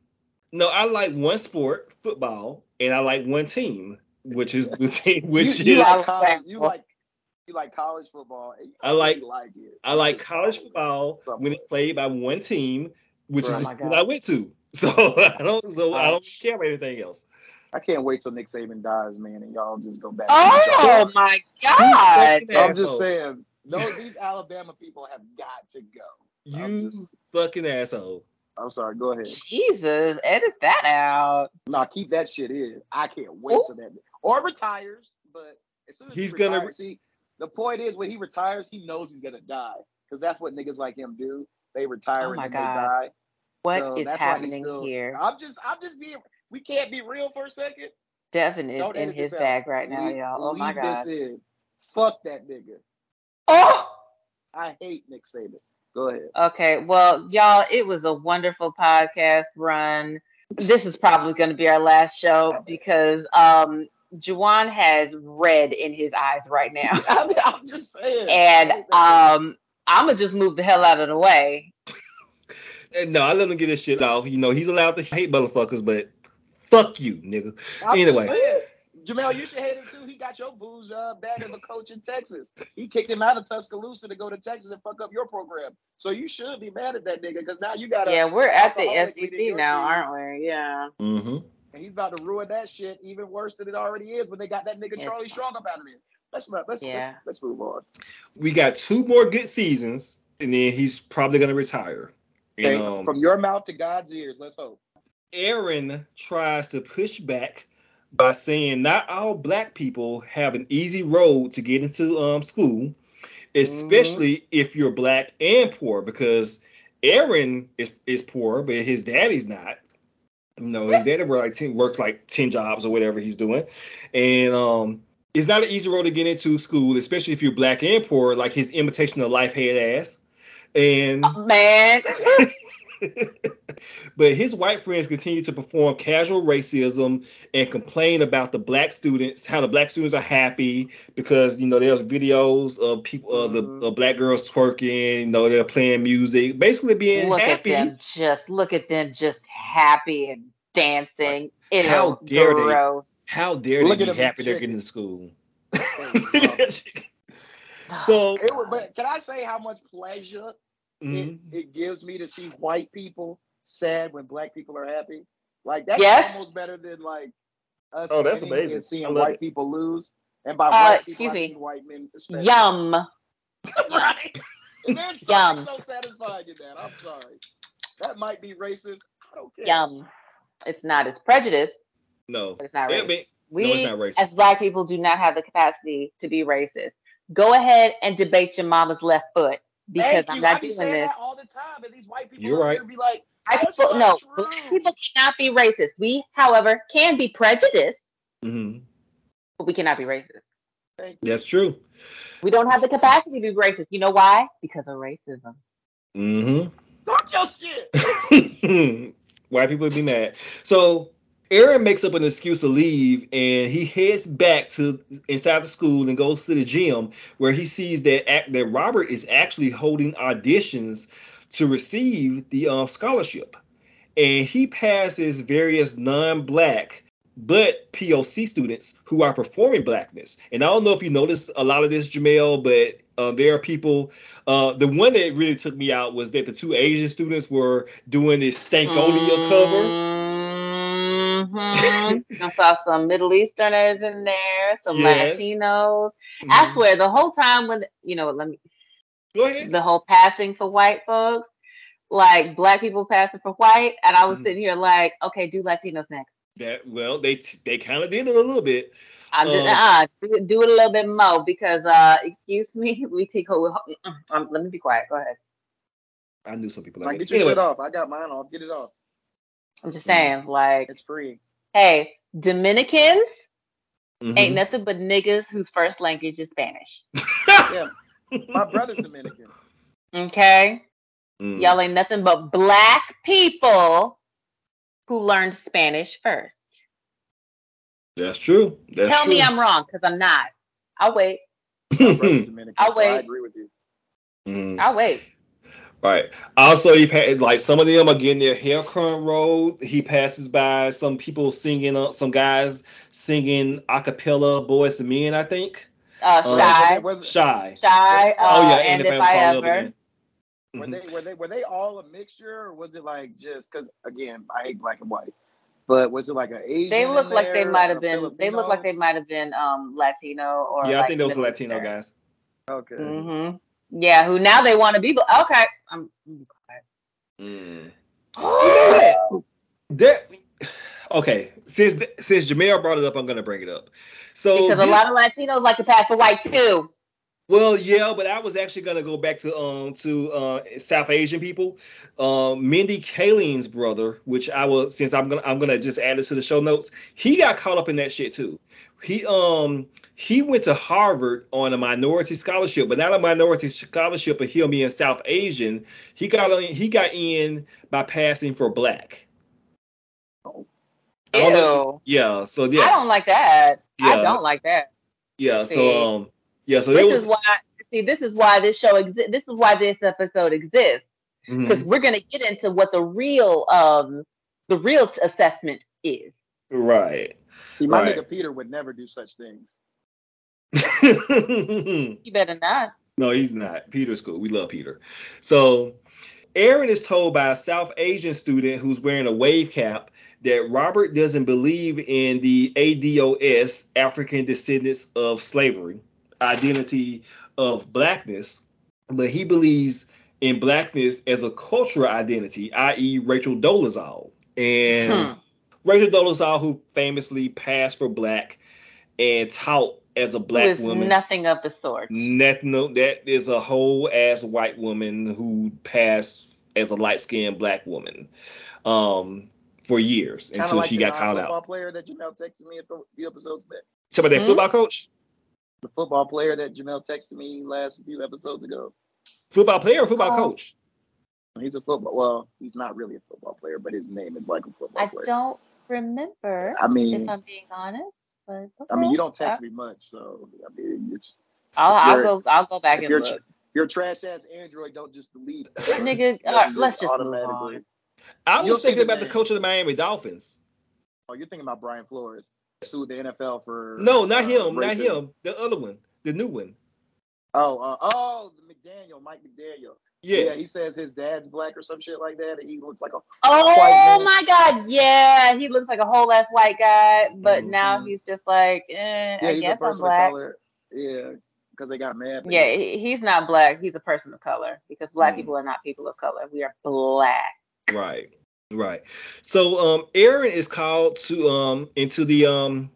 No, I like one sport, football, and I like one team, which is the team which
you, you
is
like college, you
Well-
like you like college football. and you
I like-
really like it.
I like college football when it's played by one team, which
Right.
is
Oh
the
my
school
God.
I went to. So I don't so I don't care about anything else.
I can't wait till Nick Saban dies, man, and y'all just go back. to each
Oh
other.
my god.
fucking
I'm just
asshole.
saying, no, these Alabama people have got to go. I'm
You
just-
fucking asshole.
I'm sorry, go ahead.
Jesus, edit that out.
Nah, keep that shit in. I can't wait
Oh.
till that or retires. But as soon as
He's
he's
gonna
gonna see, the point is when he retires, he knows he's gonna die because that's what niggas like him do. They retire
Oh
and
my
then
God.
they die.
What is
So that's why he's
happening
still-
here?
I'm just, I'm just being. We can't be real for a second.
Devin is
Don't
in
edit this
his
out.
bag right now,
Leave-
y'all. Oh my
leave
god.
This in. Fuck that nigga.
Oh.
I hate Nick Saban. Go ahead.
Okay, well, y'all, it was a wonderful podcast run. This is probably going to be our last show because um Juwan has red in his eyes right now.
I'm, I'm just saying. I
and
hate that nigga.
um I'm gonna just move the hell out of the way.
And no, I let him get his shit off. You know, he's allowed to hate motherfuckers, but fuck you, nigga.
I'm just
anyway,
saying, Jamel, you should hate him too. He got your booze uh, bag of a coach in Texas. He kicked him out of Tuscaloosa to go to Texas and fuck up your program. So you should be mad at that nigga because now you got a
Yeah, we're at the
alcoholic leading
SEC
your
now,
team.
aren't we? Yeah.
mm-hmm.
and he's about to ruin that shit even worse than it already is when they got that nigga
Yeah.
Charlie Strong up out of here. Let's not let's let's,
Yeah.
let's move on.
we got two more good seasons, and then he's probably gonna retire. And,
Okay,
um,
From your mouth to God's ears, let's hope.
Aaron tries to push back by saying not all black people have an easy road to get into um, school, especially if you're black and poor, because Aaron is, is poor, but his daddy's not. You know, his daddy work like 10, works like 10 jobs or whatever he's doing. And um, it's not an easy road to get into school, especially if you're black and poor, like his imitation of life head ass. And
Oh, Man.
but his white friends continue to perform casual racism and complain about the black students, how the black students are happy because you know there's videos of people of
Mm-hmm.
the of black girls twerking, you know they're playing music, basically being
look
happy.
at them just look at them just happy and dancing. It
How dare they-
gross.
How dare
Look
they
at them
be happy they're
chicken.
getting to school?
they
so
It would, but can I say how much pleasure
mm,
it, it gives me to see white people sad when black people are happy? Like that's
Yes.
almost better than like us
Oh, that's
winning
amazing.
and seeing
I love
white
it.
people lose. And by
Uh,
white people,
excuse
I
me.
mean white men. Especially.
Yum.
right? There's
Yum.
something so satisfying in that. I'm sorry. That might be racist. I don't care.
Yum. It's not. It's prejudice,
no,
but it's not
I
racist.
mean,
We
no, it's not racist.
as black people do not have the capacity to be racist. Go ahead and debate your mama's left foot because
Thank
I'm
you.
not
I be
doing
saying
this.
that all the time, and these white people
You're
out
right.
here be like,
I
"That's
people, no,
untrue."
black people cannot be racist. We, however, can be prejudiced,
Mhm.
but we cannot be racist.
Thank you.
That's true.
We don't have the capacity to be racist. You know why? Because of racism.
hmm
Talk your shit.
White people would be mad. So Aaron makes up an excuse to leave and he heads back to inside the school and goes to the gym where he sees that act that Robert is actually holding auditions to receive the um, scholarship. And he passes various non-black but POC students who are performing blackness. And I don't know if you noticed a lot of this, Jamel, but uh, there are people uh, the one that really took me out was that the two Asian students were doing this Stankonia
Mm.
cover.
Mhm. I saw some Middle Easterners in there, some
Yes. Mm-hmm.
Latinos. I swear, the whole time when you know, let me
Go ahead.
the whole passing for white folks, like black people passing for white, and I was
Mhm.
sitting here like, okay, do Latinos next.
That well, they they kind of did it a little bit.
I'm just
Um,
uh, do, do it a little bit more because uh, excuse me, we take hold. Um, let me be quiet. Go ahead.
I knew some people
Like,
like
get
that.
your
Anyway,
shit off. I got mine off. Get it off.
I'm
Mm.
just saying, like,
It's free.
hey, Dominicans ain't
mhm.
nothing but niggas whose first language is Spanish.
Yeah. My brother's Dominican.
Okay.
Mm.
Y'all ain't nothing but black people who learned Spanish first.
That's true. That's
Tell
true.
me I'm wrong, because I'm not. I'll wait.
My brother's Dominican.
I'll
so I
wait.
agree with you.
Mm.
I'll wait.
Right. Also, he pa- like some of them are getting their hair road. He passes by some people singing, uh, some guys singing a cappella, boys to men, I think.
Uh,
Uh,
shy.
Was, was,
Shy.
Shy. Uh,
oh yeah,
and, if,
I
I
fall in love
ever.
again.
were
Mhm.
they were they were they all a mixture, or was it like just because again I hate black and white, but was it like an Asian?
They
in
look like they
there,
might
or
have
a
been. They look like
Filipino?
they might have been um Latino or
Yeah, I
like
think those
Middle
were Latino
Eastern.
guys.
Okay.
Mm-hmm.
hmm Yeah, who now they want to be? bl- Okay, um, I'm.
Mm.
quiet.
There, okay. Since since Jamel brought it up, I'm gonna bring it up. So
because a
this-
lot of Latinos like to pass for white too.
well, yeah, but I was actually gonna go back to um to uh South Asian people, um Mindy Kaling's brother, which I will since I'm gonna I'm gonna just add this to the show notes. He got caught up in that shit too. He um he went to Harvard on a minority scholarship, but not a minority scholarship of him being South Asian. He got on, he got in by passing for black. I don't know-
Ew.
Yeah, so yeah.
I don't like that. I
Yeah.
don't like that.
Yeah,
See?
so um yeah, so there
This is
was
why see, this is why this show exists. This is why this episode exists
Mm-hmm.
because we're going to get into what the real um the real assessment is.
Right.
See, my
Right.
nigga Peter would never do such things.
You better not.
No, he's not. Peter's cool. We love Peter. So Aaron is told by a South Asian student who's wearing a wave cap that Robert doesn't believe in the ADOS, African Descendants of Slavery, identity of blackness, but he believes in blackness as a cultural identity, i.e., Rachel Dolezal. And Rachel Dolezal, who famously passed for black and taught as a black
With
woman.
nothing of the sort.
That no, that is a whole ass white woman who passed as a light skinned black woman um, for years
Kinda
until
like
she
the
got
non-
called
football
out.
player that Jamel texted me a few- few episodes back.
Somebody that
Hmm?
football coach,
The football player that Jamel texted me last few episodes ago.
football player, or football
Oh.
coach.
He's a football. Well, he's not really a football player, but his name is like a football
I
player.
don't remember.
I mean-
if I'm being honest, but
Mm. I mean,
okay.
you don't text
I-
me much, so I mean, it's.
I'll,
if
I'll go.
you're-
I'll go back
if
and
you're
look.
tr- Your trash ass Android don't just delete.
Nigga, all right, let's just move on.
I
You'll
was
see
thinking
the
about the
name.
coach of the Miami Dolphins.
Oh, you're thinking about Brian Flores sued the NFL for
No, not
uh,
him, not
racism.
him. The other one, the new one.
Oh, uh, oh, the McDaniel, Mike McDaniel. Yeah,
Yes.
he says his dad's black or some shit like that, and he looks like a white
Oh
man.
my God! Yeah, he looks like a whole ass white guy, but now
Mhm.
he's just like, eh,
Yeah,
I
he's a
guess I'm
person of
black.
color. Yeah, because they got mad. but
Yeah, he- he's not black. He's a person of color because
Mm.
black people are not people of color. We are black.
Right. Right. So um Aaron is called to um into the um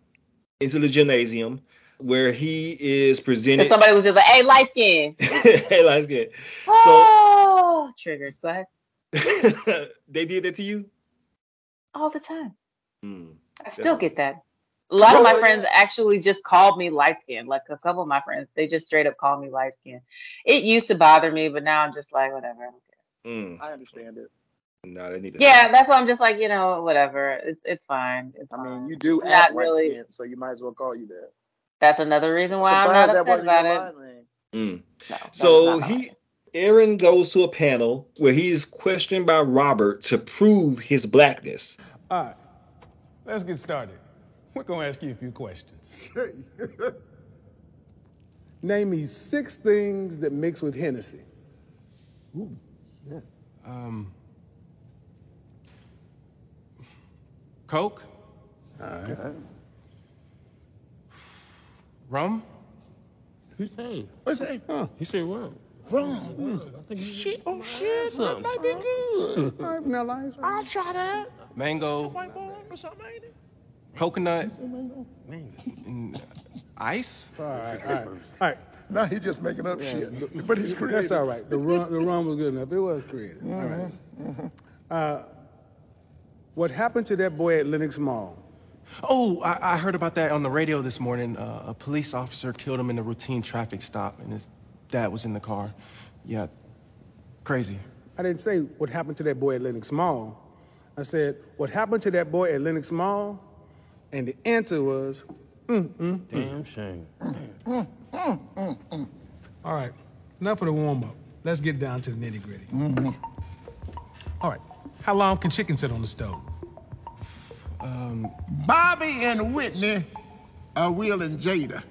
into the gymnasium where he is
If
presented
somebody was just like, "Hey, light skin,"
hey, that's good.
oh, triggered. Go ahead.
they did that to you?
All the time.
Mm,
I
that's
still
not
get that. A lot of
Well,
my
yeah.
friends actually just called me light skin. Like a couple of my friends, they just straight up called me light skin. It used to bother me, but now I'm just like, whatever. I don't care.
Mm.
I understand it.
No, they need to
Yeah, that's why I'm just like, you know, whatever. It's it's fine. It's
I
fine.
mean, you do
Not
act like
really.
skin, so you might as well call you that.
That's another reason why I'm
Surprised
not
that
upset
wasn't
about
your
it.
line name.
Mm.
No,
so he Aaron goes to a panel where he is questioned by Robert to prove his blackness.
All right, let's get started. We're gonna ask you a few questions. Name me six things that mix with Hennessy. Ooh, yeah. Um,
Coke,
all right.
rum. Hey,
What's that? Huh. Mm.
you said what? Rum. I think shit. Oh shit. That might be good.
All right, vanilla ice.
I'll try that. Mango. Coconut. and Ice.
All right, all right, all right. Now he's just making up shit, but he's creative. That's all right. The run, the run was good enough. It was creative. All right. Uh, what happened to that boy at Lenox Mall?
Oh, I, I heard about that on the radio this morning. Uh, a police officer killed him in a routine traffic stop, and his dad was in the car. Yeah, crazy.
I didn't say what happened to that boy at Lenox Mall. I said what happened to that boy at Lenox Mall, and the answer was, mm, mm, mm.
Damn shame.
All right, enough of the warm up. Let's get down to the nitty gritty. All right, how long can chicken sit on the stove?
Um,
Bobby and Whitney are Will and Jada.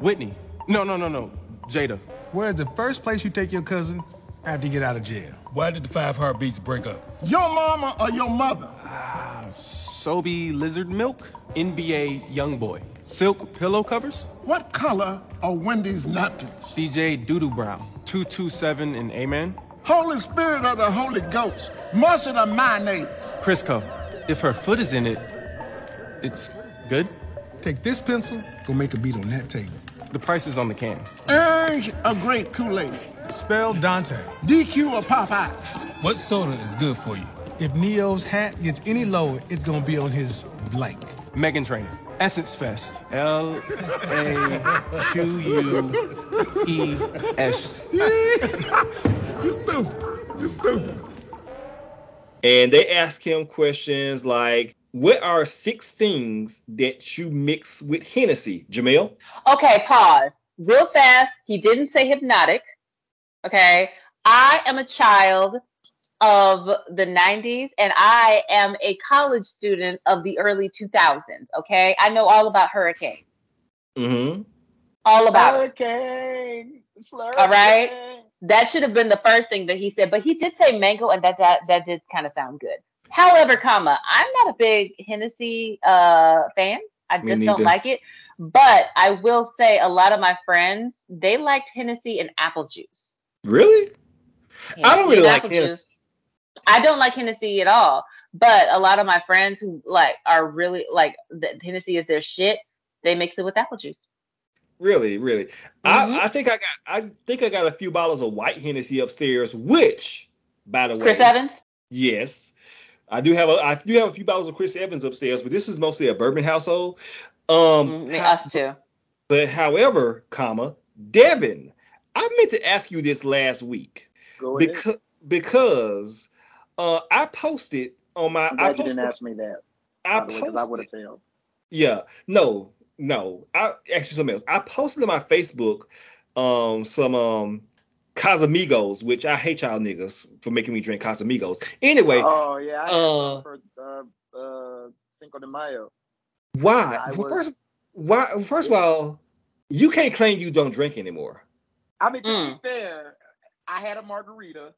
Whitney. No, no, no, no. Jada.
Where's the first place you take your cousin after you get out of jail?
Why did the Five Heartbeats break up?
Your mama or your mother?
Ah, Sobe Lizard Milk. NBA Young Boy. Silk Pillow Covers.
What color are Wendy's napkins?
DJ Doodoo Brown. 227 and Amen.
Holy Spirit or the Holy Ghost? Mustard or mayonnaise?
Crisco. If her foot is in it, it's good.
Take this pencil, go make a beat on that table.
The price is on the can.
Orange or grape Kool-Aid?
Spell Dante.
DQ or Popeyes?
What soda is good for you?
If Neo's hat gets any lower, it's gonna be on his blank.
Megan Trainer. Essence Fest. L A Q U E S.
you stupid. You stupid.
And they ask him questions like, What are six things that you mix with Hennessy, Jamel?
Okay, pause. real fast. He didn't say hypnotic. Okay. I am a child of the 90s and I am a college student of the early 2000s. Okay. I know all about hurricanes.
Mm-hmm.
All about
Uh,
it.
Hurricane. Slurricane.
All right. That should have been the first thing that he said, but he did say mango, and that that, that did kind of sound good. However, comma, I'm not a big Hennessy uh, fan. I
Me
just don't
neither.
like it. But I will say, a lot of my friends they liked Hennessy and apple juice.
Really? I
Hennessy
don't really
and
like
apple
Hennessy.
juice. I don't like Hennessy at all. But a lot of my friends who like are really like the, Hennessy is their shit. They mix it with apple juice.
Really, really.
Mm-hmm.
I, I think I got I think I got a few bottles of white Hennessy upstairs, which by the way
Chris Evans.
Yes. I do have a I do have a few bottles of Chris Evans upstairs, but this is mostly a bourbon household. Um
Mm, us too.
but however, comma, Devin, I meant to ask you this last week.
Go ahead.
Because because uh I posted on my
I'm
I
glad you
posted,
didn't ask me that.
I
by the way, 'cause I
posted
would have failed.
yeah. No, no. I actually something else. I posted on my Facebook um some um Casamigos, which I hate y'all niggas for making me drink Casamigos. Anyway,
Oh yeah. I
uh,
for uh, uh, Cinco de Mayo.
why?
I
Well,
was-
first, why? First of all, you can't claim you don't drink anymore.
I mean, to
Mm.
be fair, I had a margarita,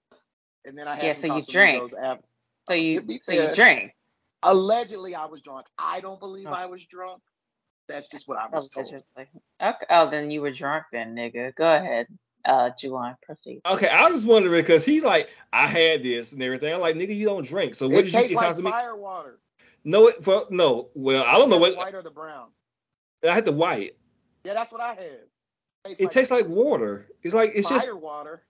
and then I had
Yeah, so
some
you drink.
Casamigos after.
So
To
you
be
so you
fair,
drink.
Allegedly, I was drunk. I don't believe
Oh.
I was drunk. That's just what I
Oh,
was
that's
told.
what it's like. Okay. Oh, then you were drunk then, nigga. Go ahead, uh, Juwan, proceed.
Okay, I was wondering because he's like, I had this and everything. I'm like, nigga, you don't drink. So what
it
did you
tastes
get?
like
Casami-
fire water.
no, it- well, no. Well, I don't know
The
what
white or the brown.
I had the white.
Yeah, that's what I had.
It tastes like water. It's like it's
fire
just
water.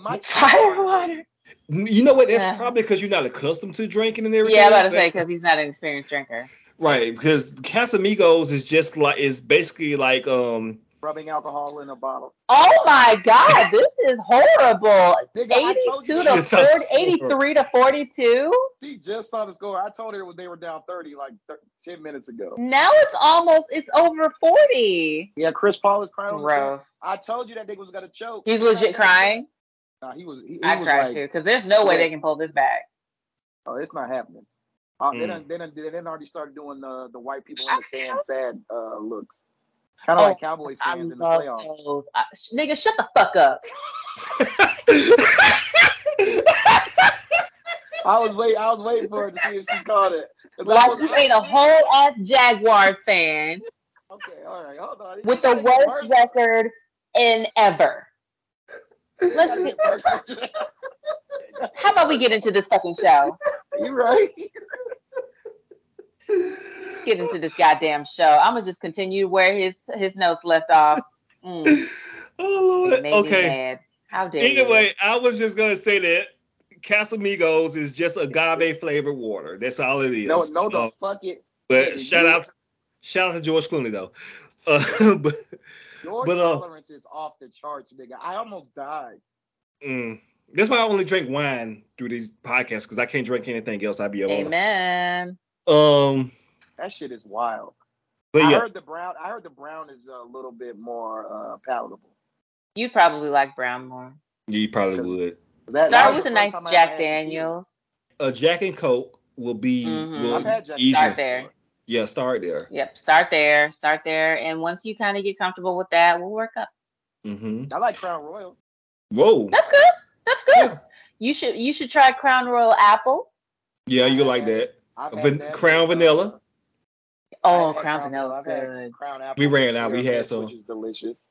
my
Fire water.
You know what? That's
Yeah.
probably because you're not accustomed to drinking and everything.
Yeah, I'm about to
but-
say because he's not an experienced drinker.
Right, because Casamigos is just like is basically like um
rubbing alcohol in a bottle.
Oh my God, this is horrible.
Nigga, I told you.
Eighty-two to
This sounds
40, eighty-three to forty-two.
She just saw the score. I told her they were down 30 like thir- 10 minutes ago.
Now it's almost it's over forty.
Yeah, Chris Paul is crying. on the
Gross.
bench. I told you that nigga was gonna choke.
He's legit crying.
Nah, he was. He, he
I
was
cried
like,
too because there's no way
slick.
they can pull this back.
Oh, it's not happening. Uh, They
Mm.
done, they done, they done already started doing the the white people in the stand sad uh, looks, kind of
Oh,
like Cowboys
I
fans in the
love
playoffs.
those. I, sh- nigga, shut the fuck up.
I was wait, I was waiting for her to see if she caught it. 'Cause I
Like
was-
you ain't a whole ass Jaguars fan.
Okay, all right, hold on.
with the worst record in ever. Let's get, how about we get into this fucking show?
You right?
oh,
Get into this goddamn show. I'm gonna just continue where his his notes left off. Mm,
Oh
it made
Lord.
me
Okay.
mad. How dare you?
Anyway, I was just gonna say that Casamigos is just agave flavored water. That's all it is.
No, no, the
Uh,
fuck it.
but shout out, shout out to George Clooney though. Uh, but,
Your
but, uh,
tolerance is off the charts, nigga. I almost died.
mm, that's why I only drink wine through these podcasts because I can't drink anything else. I'd be able.
Amen.
Um,
That shit is wild.
but
I
yeah,
heard the brown. I heard the brown is a little bit more uh, palatable.
You probably like Brown more.
you probably would.
'Cause That, that
Start
was
with
the
a nice
first time I ever
Jack
had tequila.
Daniels.
A Jack and Coke will be
Mhm.
will
I've had Jack
easier.
Start there.
Yeah, start there.
Yep. Start there. Start there. And once you kind of get comfortable with that, we'll work up.
Mm-hmm.
I like Crown Royal.
Whoa.
That's good. That's good. You should you should try Crown Royal Apple.
Yeah, you like that.
I've had
Van-
that
Crown
with, uh,
Vanilla.
Oh,
I've had
Crown Vanilla
I've had
good.
Crown apple.
We ran
and
out, we
Sierra
had
Mist,
some.
Which is delicious.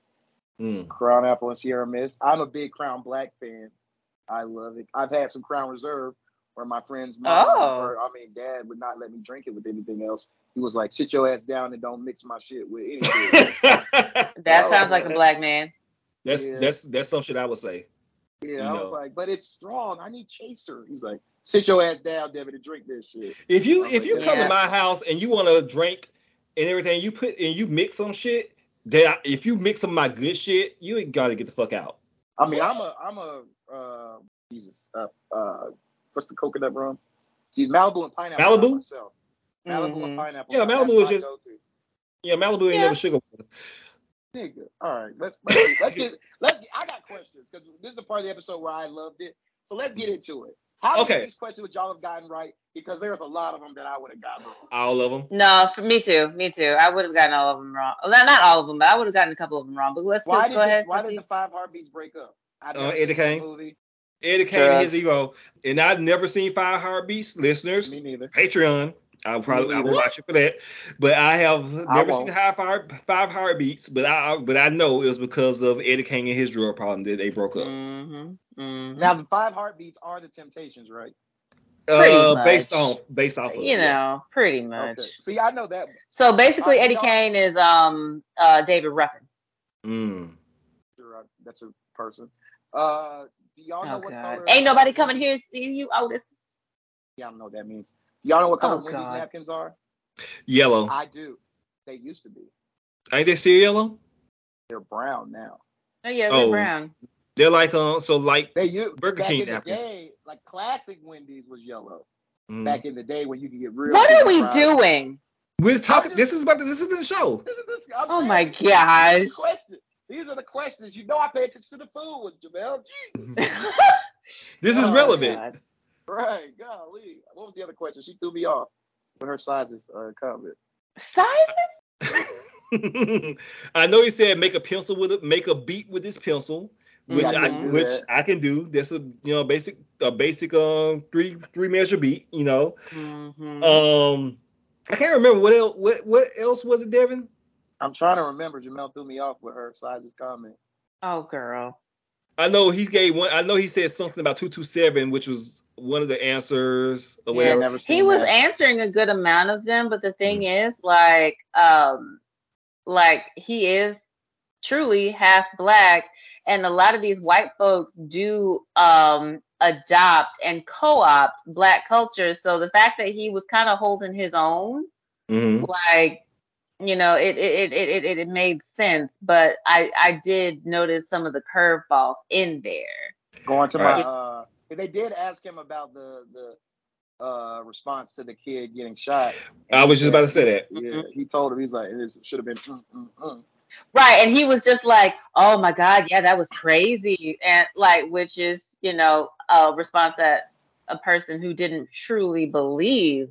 Mm.
Crown apple and Sierra Mist. I'm a big Crown Black fan. I love it. I've had some Crown Reserve where my friend's mom,
Oh.
or I mean, dad would not let me drink it with anything else. He was like, "Sit your ass down and don't mix my shit with anything."
That
Oh,
sounds like a
man.
black man.
that's
Yeah.
that's that's some shit I would say.
yeah, I was
No.
like, "But it's strong. I need chaser." He's like, "Sit your ass down, Devin, and drink this shit."
If you
Oh,
if you
yeah.
come
Yeah.
to my house and you want to drink and everything, you put and you mix some shit. That I, if you mix some of my good shit, you ain't gotta get the fuck out.
I mean, I'm a, I'm a, uh, Jesus, uh, uh, what's the coconut rum? Geez, Malibu and pineapple.
Malibu?
by myself. Malibu
Mhm.
and pineapple.
Yeah,
That's
Malibu is
my
just-
go-to.
Yeah, Malibu ain't
Yeah.
never sugar. water.
Nigga, all right, let's let's, let's get let's. Get, I got questions because this is the part of the episode where I loved it. So let's get into it. How many of
Okay.
these questions would y'all have gotten right? Because there's a lot of them that I would have gotten wrong.
All of them.
No, for me too. Me too. I would have gotten all of them wrong. Well, Not all of them, but I would have gotten a couple of them wrong. But let's
Why
let's
did
go
the,
ahead.
why did the five heartbeats break up? I
Uh,
never seen
Eddie
this
Kane.
movie.
Eddie Kane and his ego. And I've never seen Five Heartbeats, listeners.
Me neither.
Patreon. I'll probably I will
neither.
watch it for that. But I have
I
never seen
won't.
high five, five heartbeats, but I I- but I know it was because of Eddie Kane and his drug problem that they broke up.
Mm-hmm. Mm-hmm.
Now the five heartbeats are the Temptations, right?
Pretty
Uh, based
much.
on based off of
you
yeah.
know, pretty much.
Okay. See, I know that.
So basically,
Uh,
Eddie
y'all-
Kane is um uh David Ruffin.
Mm.
You're right. That's a person. Uh, do y'all know
Oh
what
God!
color?
Ain't nobody coming here to see you, Otis.
Yeah, I don't know what that means. Do y'all know what color
Oh,
Wendy's
God.
napkins are?
Yellow.
I do. They used to be.
Ain't they still yellow?
They're brown now.
Oh yeah, they're
Oh.
brown.
They're like um so like
They used
Burger
back
King
in the
napkins.
day, like classic Wendy's was yellow.
Mm.
Back in the day when you could get real.
What are we
chicken fries.
doing?
We're talking this is about the, this is the show.
This is this, I'm
Oh
saying,
my
these are the
gosh.
questions. These are the questions. You know I pay attention to the food with Jamel. Jeez.
This is
Oh,
relevant.
God.
Right, golly. What was the other question? She threw me off with her sizes uh, comment.
Simon?
I know he said make a pencil with it, make a beat with this pencil,
Mm-hmm.
which
Yeah, I
I
can do that.
which I can do. That's a you know basic a basic um three three measure beat. You know,
Mm-hmm.
Mhm.
um, I can't remember what else what what else was it, Devin?
I'm trying to remember. Jamel threw me off with her sizes comment.
oh girl.
I know he gave one. I know he said something about two two seven, which was one of the answers. Or
Yeah,
whatever.
never
he
seen
was
that.
answering a good amount of them but the thing is like um like he is truly half black and a lot of these white folks do um adopt and co-opt black culture so the fact that he was kind of holding his own
Mm-hmm.
Mhm.
like you know it it it it, it, it made sense but i i did notice some of the curveballs in there
Going to my. Uh,
Alright.
they did ask him about the the uh, response to the kid getting shot.
I was just about to say that.
Yeah, he told him he's like it should have been. Mm, mm, mm.
Right, and he was just like, "Oh my God, yeah, that was crazy," and like, which is, you know, a response that a person who didn't truly believe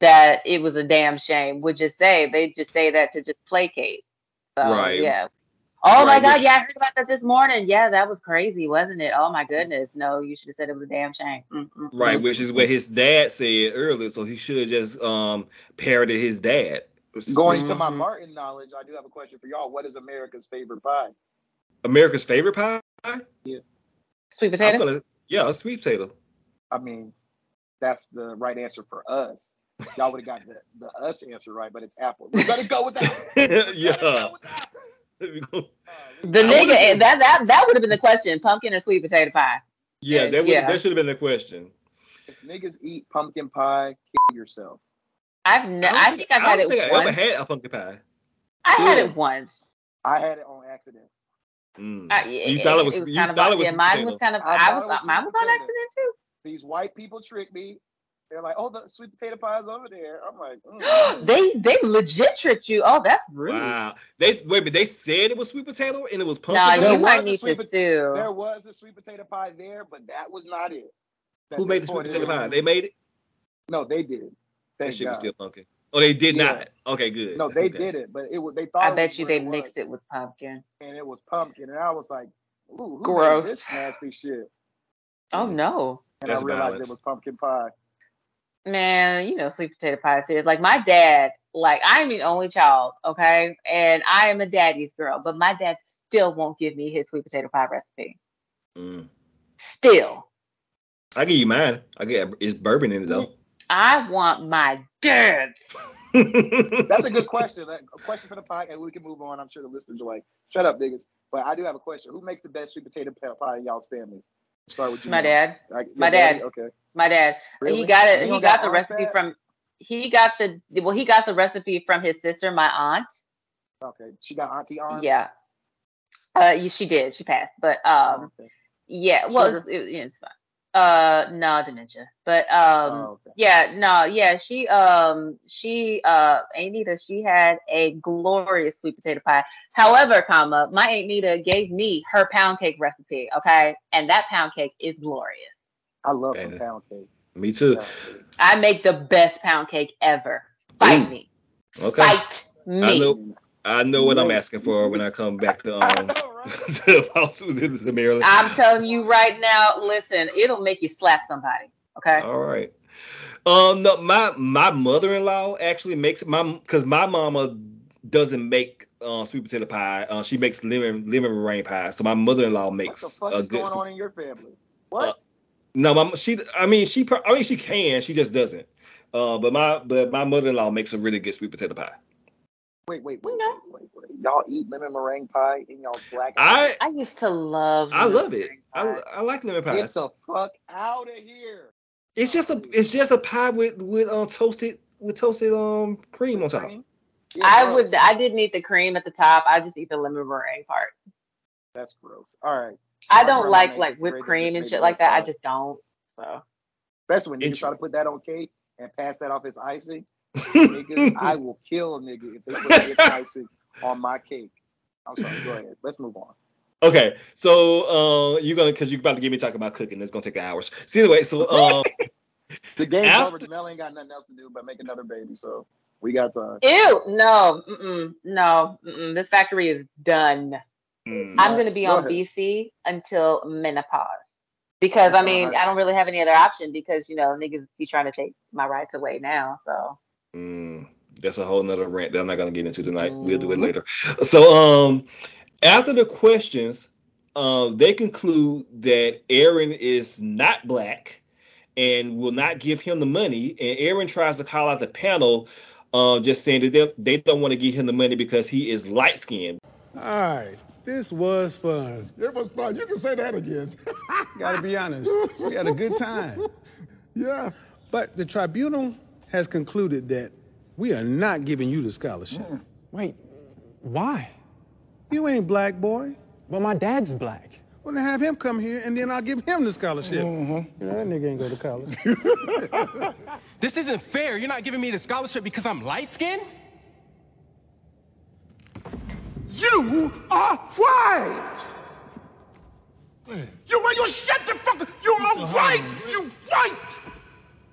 that it was a damn shame would just say. They just say that to just placate. So
Right.
yeah. Oh my
Right,
God,
which-
yeah, I heard about that this morning. Yeah, that was crazy, wasn't it? Oh my goodness, no, you should have said it was a damn shame. Mm, mm, mm.
Right, which is what his dad said earlier, so he should have just um parroted his dad.
Going to my
Mm-hmm.
Mhm.
Martin knowledge, I do have a question for y'all. What is America's favorite pie?
America's favorite pie?
Sweet potato.
I'm gonna, yeah, a sweet potato.
I mean, that's the right answer for us. Y'all would have got the, the us answer right, but it's apple. We're gonna go with that.
yeah.
The
I wanna
nigga, eh,
say-
that that that would have been the question: pumpkin or sweet potato pie.
yeah, that, would,
Yeah.
that should have been the question.
If niggas eat pumpkin pie, kill yourself.
I've ne-
don't
I, think I've had
I don't
it
think I
once.
ever had a pumpkin pie.
I had
Really?
it once.
I had it on accident.
Mm.
I,
you thought it was, you
kind of
thought
on-
it was
yeah,
sweet
mine
potato.
was kind of
I
I,
thought
was,
it was
mine
sweet
was on
potato.
accident too.
These white people tricked me. They're like, oh, the sweet potato pie is over there. I'm like, mm.
they they legit tricked you. Oh, that's rude.
Wow. They wait, but they said it was sweet potato and it was
No,
There
pumpkin.
you
pie?
was
might
a
need
sweet
to
pot-
sue.
there was a sweet potato pie there, but that was not it. That
Who
they
made the sweet
poured it
potato
in.
pie? They made it.
No, they did.
That
Thank
shit was
God.
still pumpkin. Oh, they did
Yeah.
not. Okay, good.
No, they
Okay.
did it, but it was they thought.
I
it
bet
was
you
what
they
it was.
mixed it with pumpkin.
and it was pumpkin, and I was like, "Ooh, who
Gross.
made this nasty shit?"
Oh
Mm.
no,
And
That's
I realized
violence.
it was pumpkin pie.
man! You know sweet potato pie is serious. Like my dad, like I'm the only child, okay, and I am a daddy's girl, but my dad still won't give me his sweet potato pie recipe.
Mm.
Still,
I give you mine. I get it's bourbon in it though.
I want my dad's.
That's a good question. Like, A question for the podcast. We can move on. I'm sure the listeners are like, "Shut up, niggas." But I do have a question. Who makes the best sweet potato pa- pie in y'all's family? Start with you.
Mm.
My dad.
Like, your
My
daddy?
dad.
Okay.
My dad. He
Really?
got
You
it. He
don't
got the
arms
recipe
that?
from. He got the well. He got the recipe from his sister, my aunt.
Okay. She got auntie arm.
Yeah. Uh, yeah, she did. She passed, but um,
Okay.
yeah. Well, it's,
Sugar?
it, yeah, it's fine. Uh, no dementia, but um,
Oh,
yeah, no, yeah, she um, she uh, Aunt Nita, she had a glorious sweet potato pie. However, comma, my Aunt Nita gave me her pound cake recipe, okay, and that pound cake is glorious.
I love some pound cake.
Me too.
I make the best pound cake ever. Fight
Mm.
me,
Okay.
fight
I
me.
know. I know what I'm asking for when I come back to um to, Boston, to, to Maryland.
I'm telling you right now. Listen, it'll make you slap somebody. Okay.
All right. Um, no, my my mother-in-law actually makes my because my mama doesn't make uh, sweet potato pie. Uh, she makes lemon lemon meringue pie. So my mother-in-law makes
What the
a
fuck is
good.
going
sweet- Uh,
on in your family? What?
No, my she. I mean, she. pro- I mean, she can. She just doesn't. Uh, but my but my mother-in-law makes a really good sweet potato pie.
wait, wait, wait, wait, wait, wait. Y'all eat lemon meringue pie in y'all black?
I
I used to love.
I love it. I, I like lemon pie.
Get the fuck out of here.
It's just a it's just a pie with with um toasted with toasted um cream on top.
I would. I didn't eat the cream at the top. I just eat the lemon meringue part.
That's gross. All right.
I
My
don't
grandma
like
made
like whipped
grated
cream and
potato
shit like that. I
pie.
just don't. So
Especially when niggas try to put that on cake and pass that off as icing. niggas, I will kill a nigga if they put whipped icing on my cake. I'm sorry. Go ahead. Let's move on.
Okay, so uh you're gonna cause you're about to get me talking about cooking. It's gonna take hours. So anyway, so um
the game's
After-
over. Jamel ain't got nothing else to do but make another baby. So we got time.
ew, no, mm-mm, no, mm-mm. this factory is done.
mm,
I'm gonna be
Go
on
ahead.
BC until menopause because I mean I don't really have any other option because you know niggas be trying to take my rights away now. So
Mm, that's a whole nother rant that I'm not gonna get into tonight. We'll do it later. So um after the questions, um they conclude that Aaron is not black and will not give him the money. And Aaron tries to call out the panel, uh, just saying that they, they don't want to give him the money because he is light skinned.
All right, this was fun.
It was fun. You can say that again.
Gotta be honest, we had a good time.
Yeah.
But the tribunal has concluded that we are not giving you the scholarship.
Mm.
Wait, why? You ain't black, boy. Well, my dad's black. Well, then have him come here, and then I'll give him the scholarship.
Mm-hmm.
You know, that nigga ain't go to college.
This isn't fair. You're not giving me the scholarship because I'm light skinned?
You are white. You are you shut the fuck. up. You are white. You white.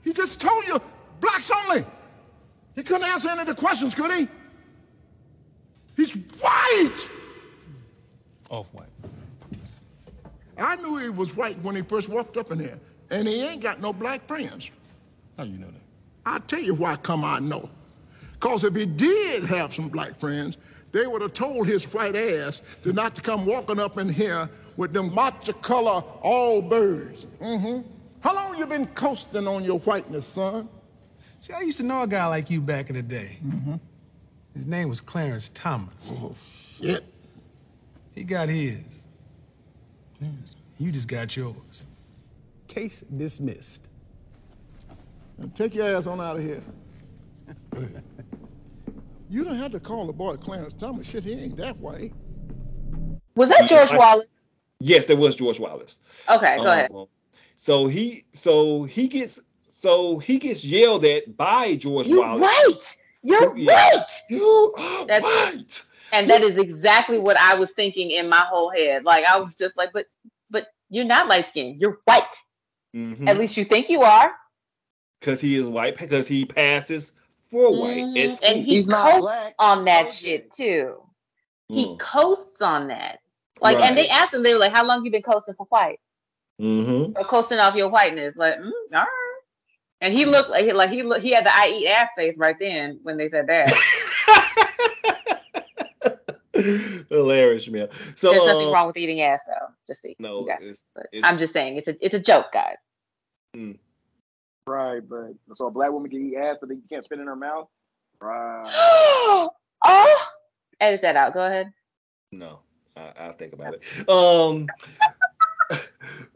He just told you blacks only. He couldn't answer any of the questions, could he? He's white.
Off white.
I knew he was white when he first walked up in here, and he ain't got no black friends.
How you know that?
I tell you why come I know. Cause if he did have some black friends, they would have told his white ass to not to come walking up in here with them matcha color all birds. Mm-hmm. How long you been coasting on your whiteness, son?
See, I used to know a guy like you back in the day. His name was Clarence Thomas.
Oh, shit.
He got his. You just got yours. Case dismissed.
And take your ass on out of here. you don't have to call the boy Clarence Thomas. Shit, he ain't that white.
was that George
I-
Wallace?
Yes, that was George Wallace.
Okay, go ahead.
Um, So he so he gets so he gets yelled at by George
You're
Wallace.
right. You're
Yeah.
right.
You
That's,
right.
And that is exactly what I was thinking in my whole head. Like I was just like, but but you're not light skinned. You're white.
Mm-hmm.
At least you think you are.
Because he is white because he passes for white. at
Mhm.
school.
And he coasts on that shit too. He
Mm.
coasts on that. Like,
Right.
and they asked him, they were like, "How long you been coasting for white
Mhm.
or coasting off your whiteness?" Like, mm, all right. And he looked like he like he looked, he had the I eat ass face right then when they said that.
Hilarious, man. So
There's nothing
um,
wrong with eating ass though. Just see.
No,
Okay.
it's,
But
it's-
I'm just saying it's a it's a joke, guys.
Right, but so a black woman can eat ass, but they can't spit in her mouth. Right.
oh, edit that out. Go ahead.
No, I, I'll think about it. Um,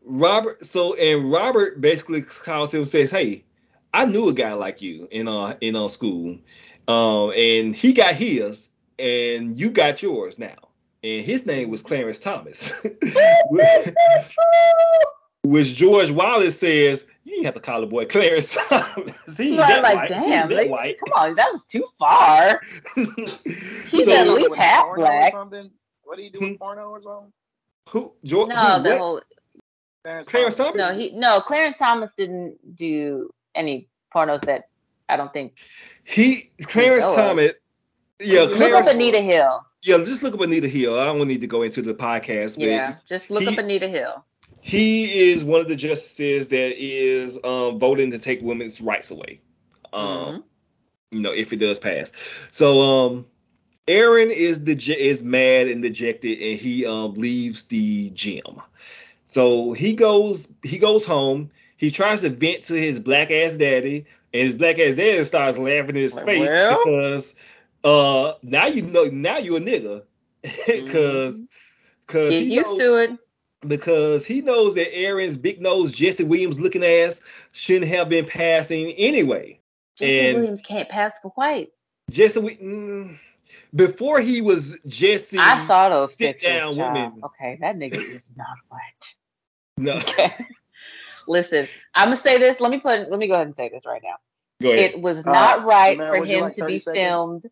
Robert. So and Robert basically calls him and says, "Hey, I knew a guy like you in uh in uh, school, um, and he got his, and you got yours now, and his name was Clarence Thomas." Which George Wallace says, you didn't have to call the boy Clarence. he
Right,
ain't that
like,
white. He ain't
damn,
that
like,
white.
come on, that was too far. He's at
So-
least half black.
Something? What do you do with porno or something?
Who? George,
No,
who,
the
what?
whole
Clarence Thomas?
no, he no Clarence Thomas didn't do any pornos that I don't think.
He Clarence
know of.
Thomas. Yeah,
look
Clarence.
up Anita Hill.
Yeah, just look up Anita Hill. I don't need to go into the podcast, but
Yeah, just look up Anita Hill.
he is one of the justices that is um, voting to take women's rights away. Um,
Mm-hmm.
You know, if it does pass. So, um, Aaron is the is mad and dejected, and he um, leaves the gym. So he goes he goes home. He tries to vent to his black ass daddy, and his black ass daddy starts laughing in his
Like,
face
well?
because uh now you know now you a nigga because because
Get Mm-hmm. used to it.
because he knows that Aaron's big nose Jesse Williams looking ass shouldn't have been passing anyway.
Jesse
and
Williams can't pass for white.
Jesse, Wi- mm, before he was Jesse,
I saw those
sit
pictures.
down
child.
woman.
Okay, that nigga is not white.
No,
Listen, I'm gonna say this. Let me put. Let me go ahead and say this right now.
Go ahead.
It was
All
not right
right. Ma'am,
for
would you
him
like
to be
30 seconds?
filmed.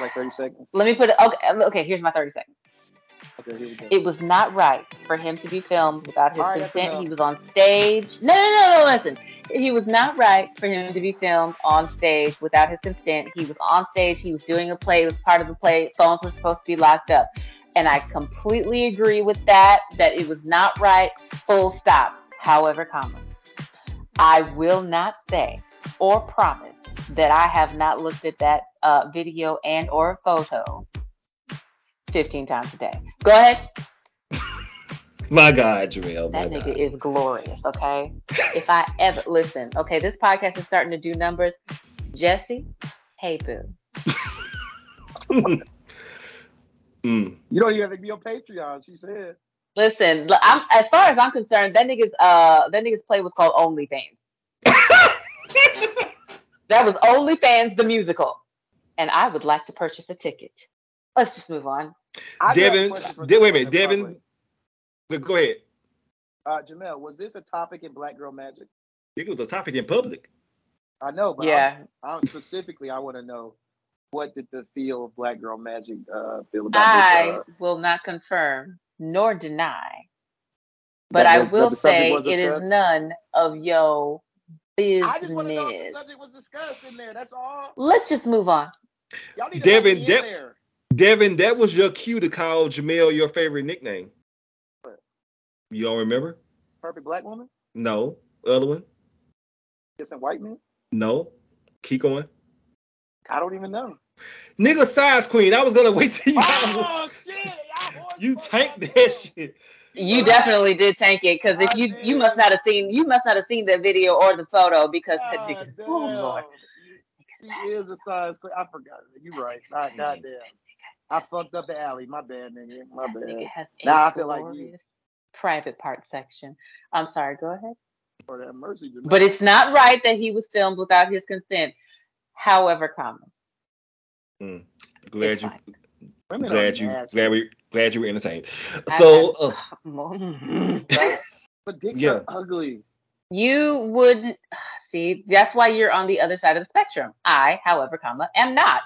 Like 30 seconds.
Let me put it. Okay, um, okay. Here's my 30 seconds.
Okay, here we go.
It was not right for him to be filmed without his
All right, that's
consent.
enough.
He was on stage. No, no, no, no. Listen, he was not right for him to be filmed on stage without his consent. He was on stage. He was doing a play. It was part of the play. Phones were supposed to be locked up, and I completely agree with that. That it was not right. Full stop. However, comma. I will not say or promise that I have not looked at that uh, video and or photo 15 times a day. Go ahead.
my God, Jamel, my
That
God.
nigga is glorious, okay? If I ever listen, okay, this podcast is starting to do numbers. Jesse, hey boo.
Mm.
You don't even have to be on Patreon, she said.
Listen, l- I'm, as far as I'm concerned, that nigga's uh that nigga's play was called OnlyFans. that was OnlyFans the musical, and I would like to purchase a ticket. Let's just move on.
I do have a
Devin,
question for
De- wait a
the
minute, Devin. Go ahead.
Uh, Jamel, was this a topic in Black Girl Magic?
It was a topic in public.
I know, but
Yeah.
I'm, I'm specifically, I want to know what did the feel of Black Girl Magic uh, feel about
I
this? uh,
will not confirm nor deny, but
That
I
the- that
will
the subject
say
was
it is
discussed?
none of yo business.
I just want to know if the subject was discussed in there. That's all.
Let's just move on.
Y'all need to let
Devin,
me in
Dev
there.
Devin, that was your cue to call Jamel your favorite nickname. You don't remember?
Perfect black woman?
No. Other one?
Isn't white man?
No. Keep going.
I don't even know.
Nigga size queen. I was gonna wait till you.
Oh, shit.
you take that shit.
You definitely did tank it because if you you must not have seen you must not have seen the video or the photo because
Ah,
that nigga- oh lord
She is a size. queen. I forgot. You're right. God, goddamn. I fucked up the alley. My bad, nigga. My
that nigga has
bad.
a
Now I feel like
glorious
you
private part section. I'm sorry, go ahead.
for that mercy. Jamel.
But it's not right that he was filmed without his consent. However, common.
Glad you.
Women
Glad
are
you.
nasty.
Glad we. Glad you were entertained. So. uh,
But dicks
Yeah.
are ugly.
You wouldn't see. That's why you're on the other side of the spectrum. I, however, comma, am not.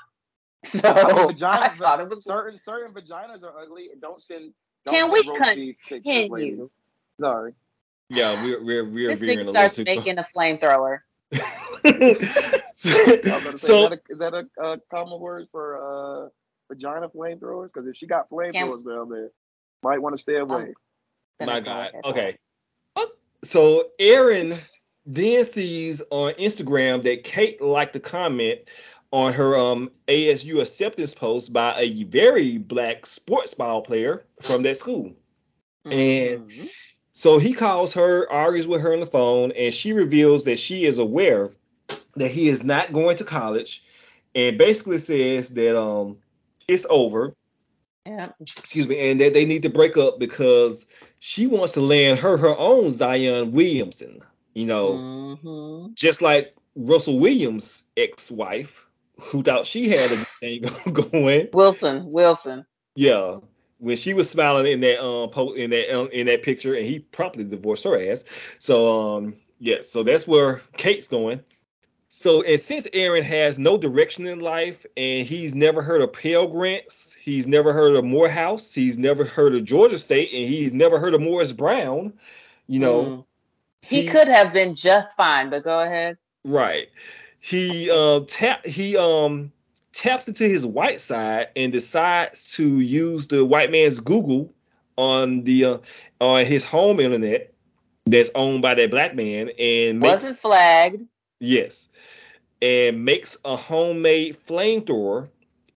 So
I mean,
I
vagina,
thought it was.
certain certain vaginas are ugly. and Don't send. Don't
Can
send
we
roast beef pictures,
continue?
ladies. Sorry.
yeah, we're we're we're
This
veering
nigga
a little
starts
too.
making a flamethrower.
I was about to say, is
So-
that a, is that a, uh common word for uh, vagina flamethrowers? Because if she got flamethrowers down there, might want to stay
Um,
away.
My God. Okay. So Erin then sees on Instagram that Kate liked the comment on her um ASU acceptance post by a very black sports ball player from that school. And
Mm-hmm.
so he calls her, argues with her on the phone, and she reveals that she is aware that he is not going to college and basically says that um it's over
Yeah.
excuse me, and that they need to break up because she wants to land her her own Zion Williamson, you know,
Mm. Mm-hmm.
just like Russell Williams' ex-wife, who thought she had a good thing going.
Wilson, Wilson.
Yeah. when she was smiling in that um po- in that um, in that picture, and he promptly divorced her ass. So um yeah, so that's where Kate's going. So and since Aaron has no direction in life, and he's never heard of Pell Grants, he's never heard of Morehouse, he's never heard of Georgia State, and he's never heard of Morris Brown. You know,
Mm. he could have been just fine, but go ahead.
Right. He uh, tap he um taps into his white side and decides to use the white man's Google on the uh, on his home internet that's owned by that black man and makes
Wasn't flagged.
yes and makes a homemade flamethrower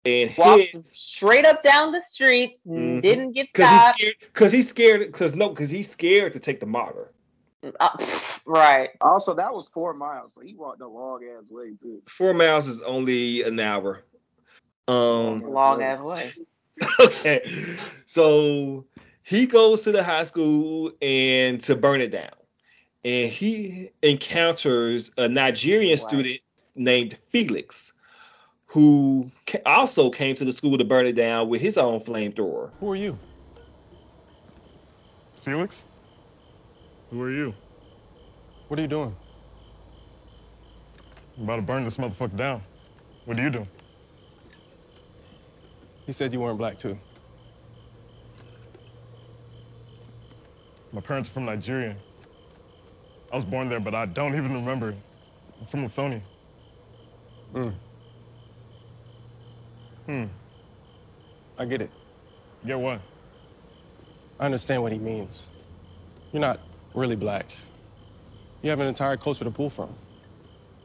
and
Walked
heads
straight up down the street.
Mhm.
Didn't get
because he's
stopped.
scared because he's scared because no because he's scared to take the monitor.
Uh, right.
Also, that was four miles, so he walked a long ass way too.
Four miles is only an hour. Um,
Long ass way.
okay. So he goes to the high school and to burn it down. And he encounters a Nigerian student named Felix, who ca- also came to the school to burn it down with his own flamethrower.
Who are you? Felix? Who are you? What are you doing? I'm about to burn this motherfucker down. What are you doing?
He said you weren't black too.
My parents are from Nigeria. I was born there, but I don't even remember. it. I'm from Lithonia.
Mm,
Hmm.
I get it.
Get what?
I understand what he means. You're not really black. You have an entire culture to pull from.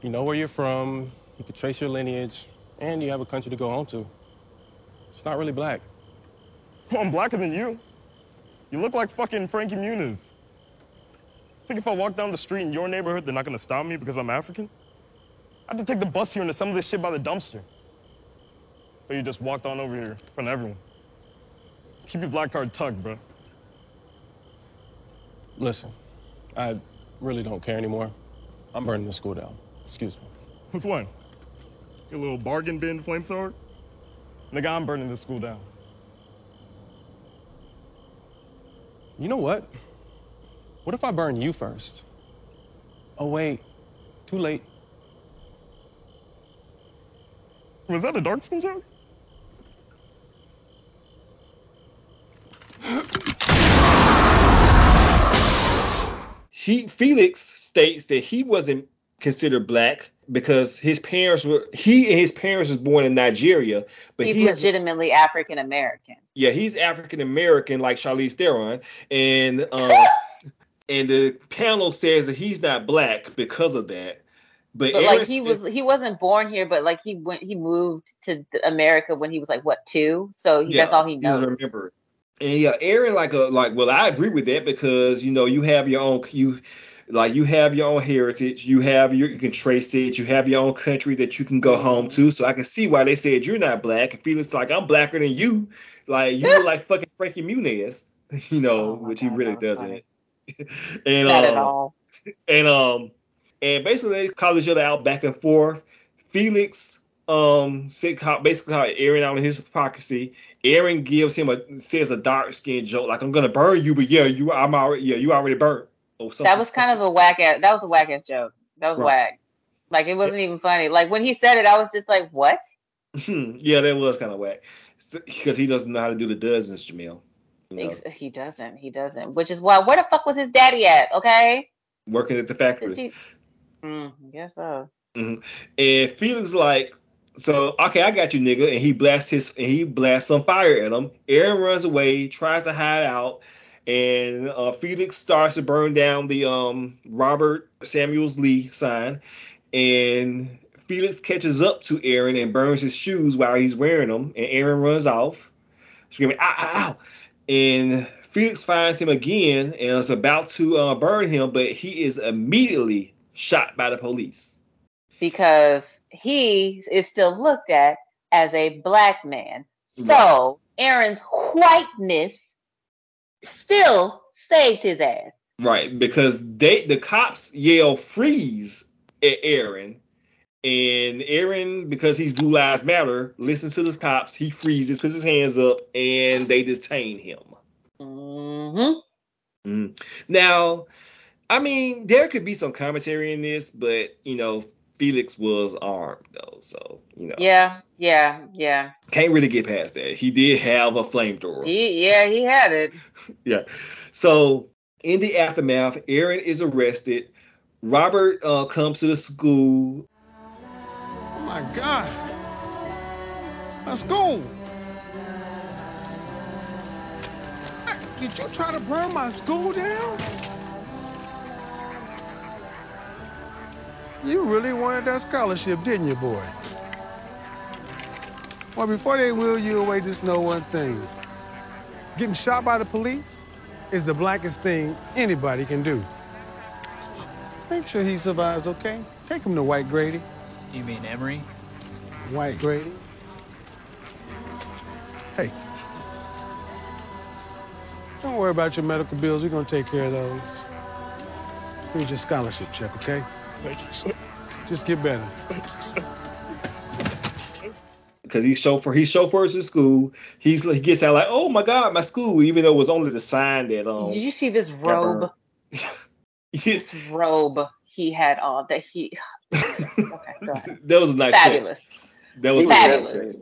You know where you're from, you can trace your lineage, and you have a country to go home to. It's not really black.
Well, I'm blacker than you. You look like fucking Frankie Muniz. Think if I walk down the street in your neighborhood, they're not gonna stop me because I'm African? I have to take the bus here and assemble this shit by the dumpster. But you just walked on over here in front of everyone. Keep your black card tucked, bro.
Listen, I really don't care anymore. I'm burning the school down. Excuse me.
With what? Your little bargain bin flamethrower? Nigga, I'm burning this school down.
You know what? What if I burn you first? Oh, wait. Too late.
Was that a dark skin joke?
he Felix states that he wasn't considered black because his parents were he and his parents was born in Nigeria, but
he's
he has
legitimately African American.
yeah he's African American like Charlize Theron, and um, and the panel says that he's not black because of that. But,
But, like
Aaron
he
Smith-
was, he wasn't born here, but like he went, he moved to th- America when he was like what two? So he, that's all he knows.
doesn't remember. And yeah, Aaron, like a like, well, I agree with that because you know you have your own you like you have your own heritage, you have your you can trace it, you have your own country that you can go home to. So I can see why they said you're not black. And Felix like I'm blacker than you, like you look like fucking Frankie Muniz, you
Oh
know, which he really doesn't. and
Not
um,
at all.
and um and basically they call each other out back and forth. Felix um said how- basically how Aaron out in his hypocrisy. Aaron gives him a says a dark skinned joke like I'm gonna burn you, but yeah, you I'm already yeah you already burnt or something.
That was kind of a whack ass. That was a whack ass joke. That was
Right.
whack. Like it wasn't even funny. Like when he said it, I was just like, what?
yeah, that was kind of whack because he doesn't know how to do the dozens, Jamil. You know,
Ex- He doesn't. He doesn't. Which is why. Where the fuck was his daddy at? Okay.
working at the
Did
factory.
he- Mm, I guess so.
Mhm. And Felix like, so okay, I got you, nigga. And he blasts his and he blasts some fire at him. Aaron runs away, tries to hide out, and uh, Felix starts to burn down the um Robert Samuels Lee sign. And Felix catches up to Aaron and burns his shoes while he's wearing them. And Aaron runs off, screaming, "Ow, ow, ow!" And Felix finds him again and is about to uh, burn him, but he is immediately shot by the police.
Because he is still looked at as a black man.
Right.
So Aaron's whiteness still saved his ass.
Right, because they the cops yell freeze at Aaron, And Aaron, because he's Blue Lives Matter, listens to the cops. He freezes, puts his hands up, and they detain him.
Mm-hmm.
Mm. Now, I mean, there could be some commentary in this, but you know, Felix was armed though, so you know.
Yeah, yeah, yeah.
Can't really get past that. He did have a flamethrower.
He, yeah, he had it.
yeah. So in the aftermath, Aaron is arrested. Robert uh, comes to the school.
Oh my God! My school. Did you try to burn my school down? You really wanted that scholarship, didn't you, boy? Well, before they wheel you away, just know one thing. Getting shot by the police is the blackest thing anybody can do. Make sure he survives, okay? Take him to White Grady.
You mean Emery?
White Grady. Hey. Don't worry about your medical bills. We're going to take care of those. Here's your scholarship check, okay?
Thank you, sir.
Just get better.
Thank you, sir.
Because he chauffeur, he chauffeurs to school. He's he gets out like, oh my god, my school. Even though it was only the sign that um.
Did you see this robe? this robe he had on that he. Okay, go ahead.
That was a nice.
Fabulous.
Check. That was a
Fabulous.
nice. check.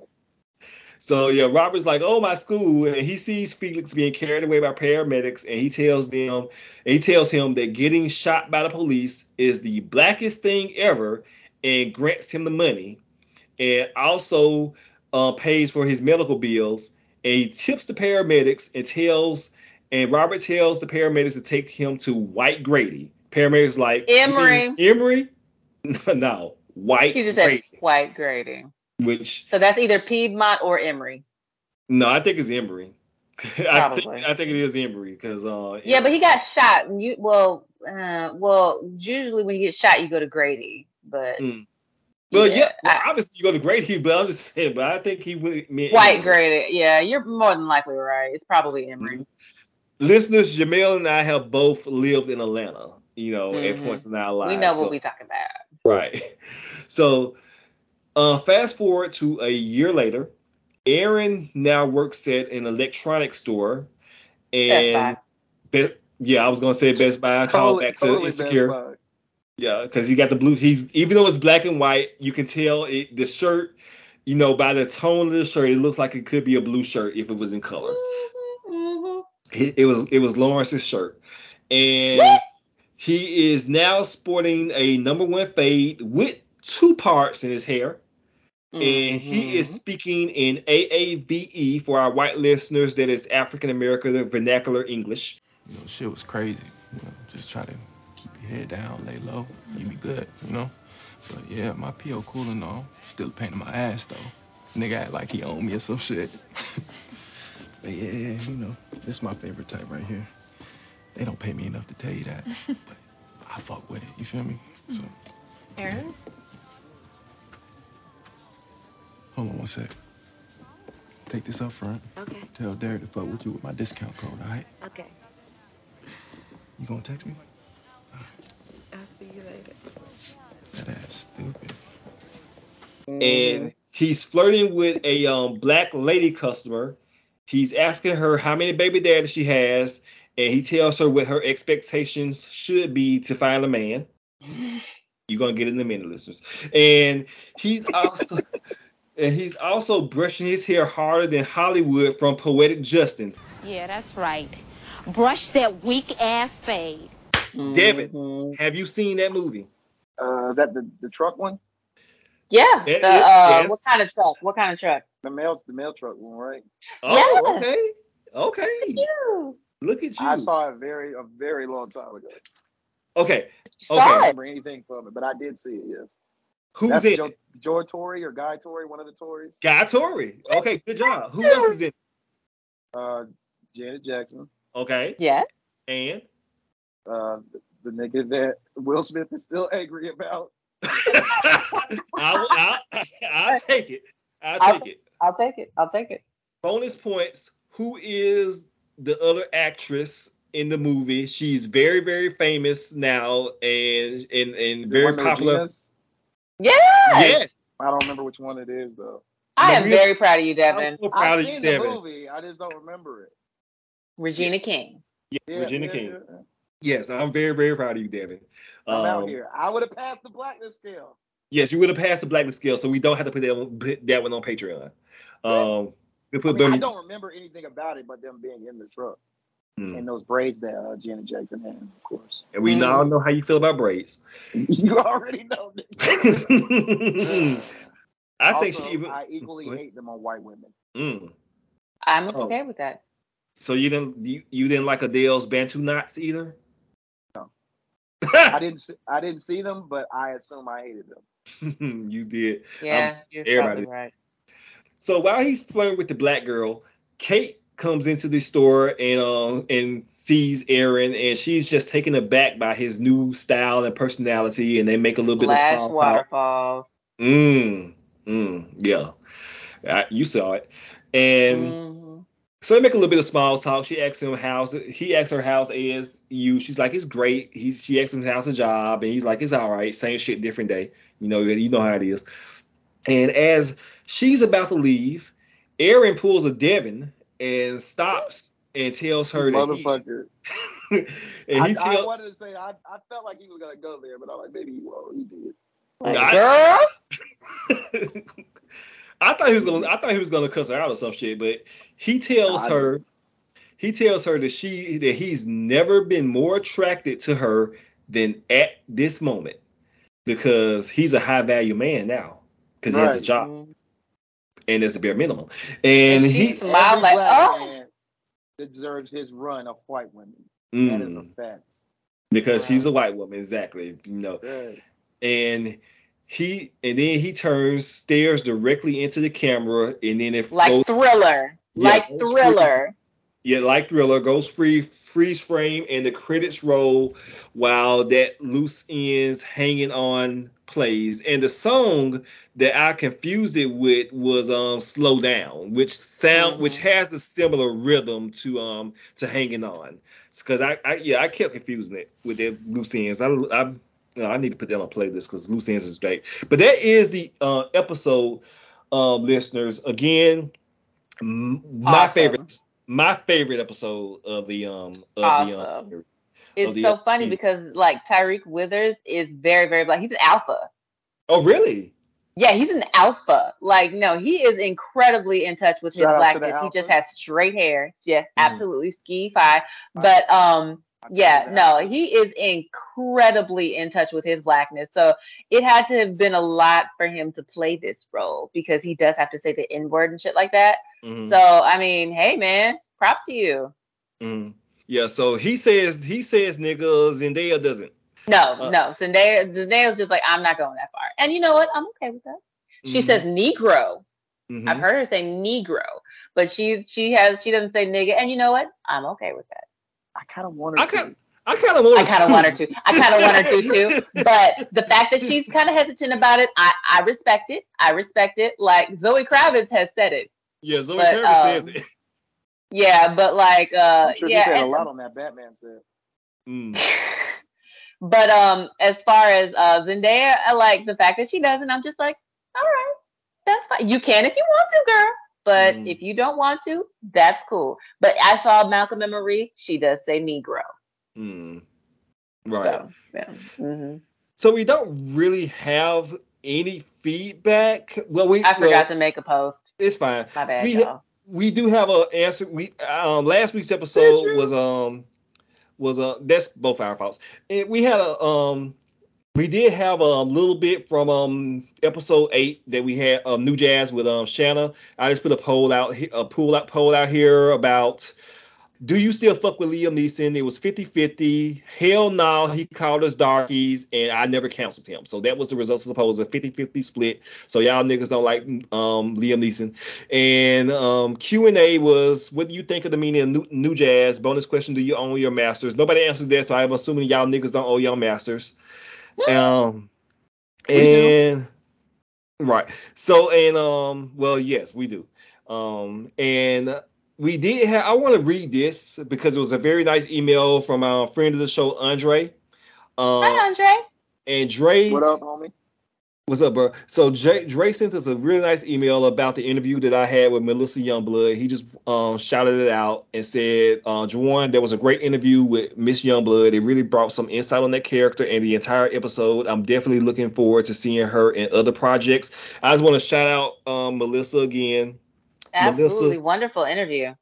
So yeah, Robert's like, oh my school, and he sees Felix being carried away by paramedics, and he tells them, he tells him that getting shot by the police is the blackest thing ever, and grants him the money, and also uh, pays for his medical bills, and he tips the paramedics and tells, and Robert tells the paramedics to take him to White Grady. Paramedics like
Emory.
"Mm, Emory, no, White
He just said
Grady,
white grading.
which
So that's either Piedmont or Emory.
No, I think it's Embry. I,
Probably.
think, I think it is Embry because uh,
Yeah, but he got shot. And you well, uh, well, usually when you get shot, you go to Grady. But
mm. well, yeah, well, obviously you go to Grady, but I'm just saying. But I think he went meant
white
Embry.
Grady, yeah, you're more than likely right. It's probably Emory.
Listeners, Jamel and I have both lived in Atlanta, you know,
Mhm.
at points in our lives.
we know
so-
what we talking about.
Right. So, uh, fast forward to a year later, Aaron now works at an electronics store, and Be- yeah, I was gonna say Best Buy, call
Totally-
back to
totally Best
Insecure.
Buy.
Yeah, because he got the blue. He's even though it's black and white, you can tell it, the shirt. You know, by the tone of the shirt, it looks like it could be a blue shirt if it was in color.
Mm-hmm,
He- It, was it was Lawrence's shirt, and he is now sporting a number one fade with two parts in his hair. And he is speaking in AAVE E for our white listeners that is African American Vernacular English.
You know, shit was crazy. You know, just try to keep your head down, lay low, you be good, you know? But yeah, my PO cool and all. Still painting my ass though. Nigga act like he owned me or some shit. but yeah, yeah, you know, this is my favorite type right here. They don't pay me enough to tell you that, but I fuck with it, you feel me? So,
Aaron?
hold on one sec. Take this up front.
Okay,
Tell Derek to fuck with you with my discount code, alright?
okay.
You gonna text me?
I'll see you later.
That ass stupid.
Mm-hmm.
and he's flirting with a um, black lady customer. He's asking her how many baby daddies she has, and he tells her what her expectations should be to find a man. You're gonna get it in a minute, listeners. And he's also and he's also brushing his hair harder than Hollywood from Poetic Justin.
Yeah, that's right. Brush that weak ass fade.
Devin, have you seen that movie?
Mm-hmm. Uh, is that the, the truck one?
Yeah.
It-
the,
it-
uh,
yes.
What kind of truck? What kind of truck?
The mail the mail truck one, right?
Oh, Yes.
okay. Okay. Look at
you. I saw it very a very long time ago.
Okay.
I don't remember anything from it, but I did see it. Yes.
Who's
That's
in
Joe,
it?
Joe Torre or Guy Torre, one of the Torres.
Guy Tori. Okay, good job. Who else is in it?
Uh, Janet Jackson.
Okay.
Yeah.
And
uh, the, the nigga that Will Smith is still angry about.
I'll, I'll, I'll take it. I'll
I'll-
take it.
I'll take it. I'll take it.
Bonus points. Who is the other actress in the movie? She's very, very famous now and and, and
Is it
very
one of
popular.
Regina's?
Yes.
Yes. I don't remember which one it is though.
I am very proud of you, Devin.
Oh,
I'm so proud I've of you, seen the Devin. movie. I just don't remember it.
Regina King.
Yeah,
Yeah,
Regina
yeah,
King.
yeah, yeah.
Yes, I'm very, very proud of you, Devin.
I'm out
Um,
here. I would have passed the blackness scale.
Yes, you would have passed the blacklist scale, so we don't have to put that one, put that one on Patreon. Um, we
I, mean,
put
I
Bernie-
don't remember anything about it, but them being in the truck
Hmm.
and those braids that uh, Janet Jackson had, of course.
and we all
Mm.
know how you feel about braids.
You already know.
I think
Also,
she even.
I equally hate them on white women.
Mm.
I'm
Oh.
okay with that.
So you didn't you, you didn't like Adele's Bantu knots either?
I didn't. See, I didn't see them, but I assume I hated them.
you did. I'm-
Yeah, you're
everybody.
probably right.
So while he's flirting with the black girl, Kate comes into the store and um and sees Aaron, and she's just taken aback by his new style and personality, and they make a little bit of
Flash
small talk.
waterfalls.
Mm, mm, yeah. I, you saw it.
Mm.
And
Mm-hmm.
so they make a little bit of small talk. She asks him how's he asks her how's ASU. She's like, it's great. He she asks him how's the job, and he's like, it's all right. Same shit, different day. You know, you know how it is. And as she's about to leave, Aaron pulls a Devin and stops and tells her that he,
Motherfucker.
and
I,
he
I
tells
wanted to say I, I felt like he was gonna go there, but I'm like, maybe he won't. He did.
I, I thought he was gonna I thought he was gonna cuss her out or some shit, but he tells
I-
her he tells her that she that he's never been more attracted to her than at this moment because he's a high value man now because he has a
Right. Mm-hmm.
job and it's the bare minimum and,
she
he
smiled
Every
like,
black
oh,
man deserves his run of white women. That is a
Mm,
fact.
because she's a white woman exactly you know
Right.
and he and then he turns stares directly into the camera and then it
like
goes-
thriller.
Yeah, Oh,
like
goes free-
thriller.
yeah, like Thriller goes free, freeze frame, and the credits roll while that loose ends hanging on plays. And the song that I confused it with was um Slow Down, which sound which has a similar rhythm to um to Hanging On. Because I, I yeah I kept confusing it with that loose ends. I I no, I need to put that on playlist because loose ends is great. But that is the uh, episode, um, listeners. Again, m- my
Awesome.
favorite, my favorite episode of the um of the um.
Awesome. It's
the
so
other
funny
season.
because like Tyreek Withers is very, very black. He's an alpha.
Oh really?
Yeah, he's an alpha. Like, no, he is incredibly in touch with his
Shout out to the
blackness. He just has straight hair. Yes,
Mm-hmm.
absolutely ski fi.
I-
But um
thought
yeah,
he was an
no, he is incredibly in touch with his blackness. So it had to have been a lot for him to play this role because he does have to say the N-word and shit like that.
Mm-hmm.
Mhm.
So I mean, hey man, props to you.
Mm. Yeah. So he says he says niggas and Zendaya doesn't.
No,
Uh,
no. Zendaya, Zendaya's just like, I'm not going that far. And you know what? I'm okay with that. She
Mm-hmm.
says Negro.
Mm-hmm.
I've heard her say Negro, but she she has she doesn't say nigga. And you know what? I'm okay with that.
I kind of want
her I to. I kind of want.
I kind of want her to. I kind of want her to too. But the fact that she's kind of hesitant about it, I I respect it. I respect it. Like Zoe Kravitz has said it.
Yeah, Zoe
But,
Kravitz
um,
says it.
Yeah, but like uh
I'm sure
yeah,
he said a
and-
lot on that Batman set.
But um, as far as uh, Zendaya, I like the fact that she doesn't. I'm just like, all right, that's fine. You can if you want to, girl. But
Mm.
if you don't want to, that's cool. But I saw Malcolm and Marie. She does say Negro.
Mm. Right.
So, yeah. Mhm.
So we don't really have any feedback. Well, we
I
well,
forgot to make a post.
It's fine.
My bad,
we,
y'all.
we do have a answer. We um last week's episode was um was uh that's both our faults. And we had a um we did have a little bit from um episode eight that we had um new jazz with um Shanna. I just put a poll out he- a poll out poll out here about do you still fuck with Liam Neeson? It was 50-50. Hell no, he called us darkies, and I never canceled him. So that was the results of the poll. It was a 50-50 split. So y'all niggas don't like um, Liam Neeson. And um, Q&A was, what do you think of the meaning of new, new jazz? Bonus question, do you own your masters? Nobody answered that, so I'm assuming y'all niggas don't own y'all masters. Um, and right. So and um, well, yes, we do. Um, and we did have. I want to read this because it was a very nice email from our friend of the show, Andre. Uh,
Hi, Andre.
and Dre.
What up, homie?
What's up, bro? So Jay, Dre sent us a really nice email about the interview that I had with Melissa Youngblood. He just um, shouted it out and said, uh, Juwan, there was a great interview with Miss Youngblood. It really brought some insight on that character and the entire episode. I'm definitely looking forward to seeing her in other projects. I just want to shout out um, Melissa again.
Absolutely
Melissa.
wonderful interview.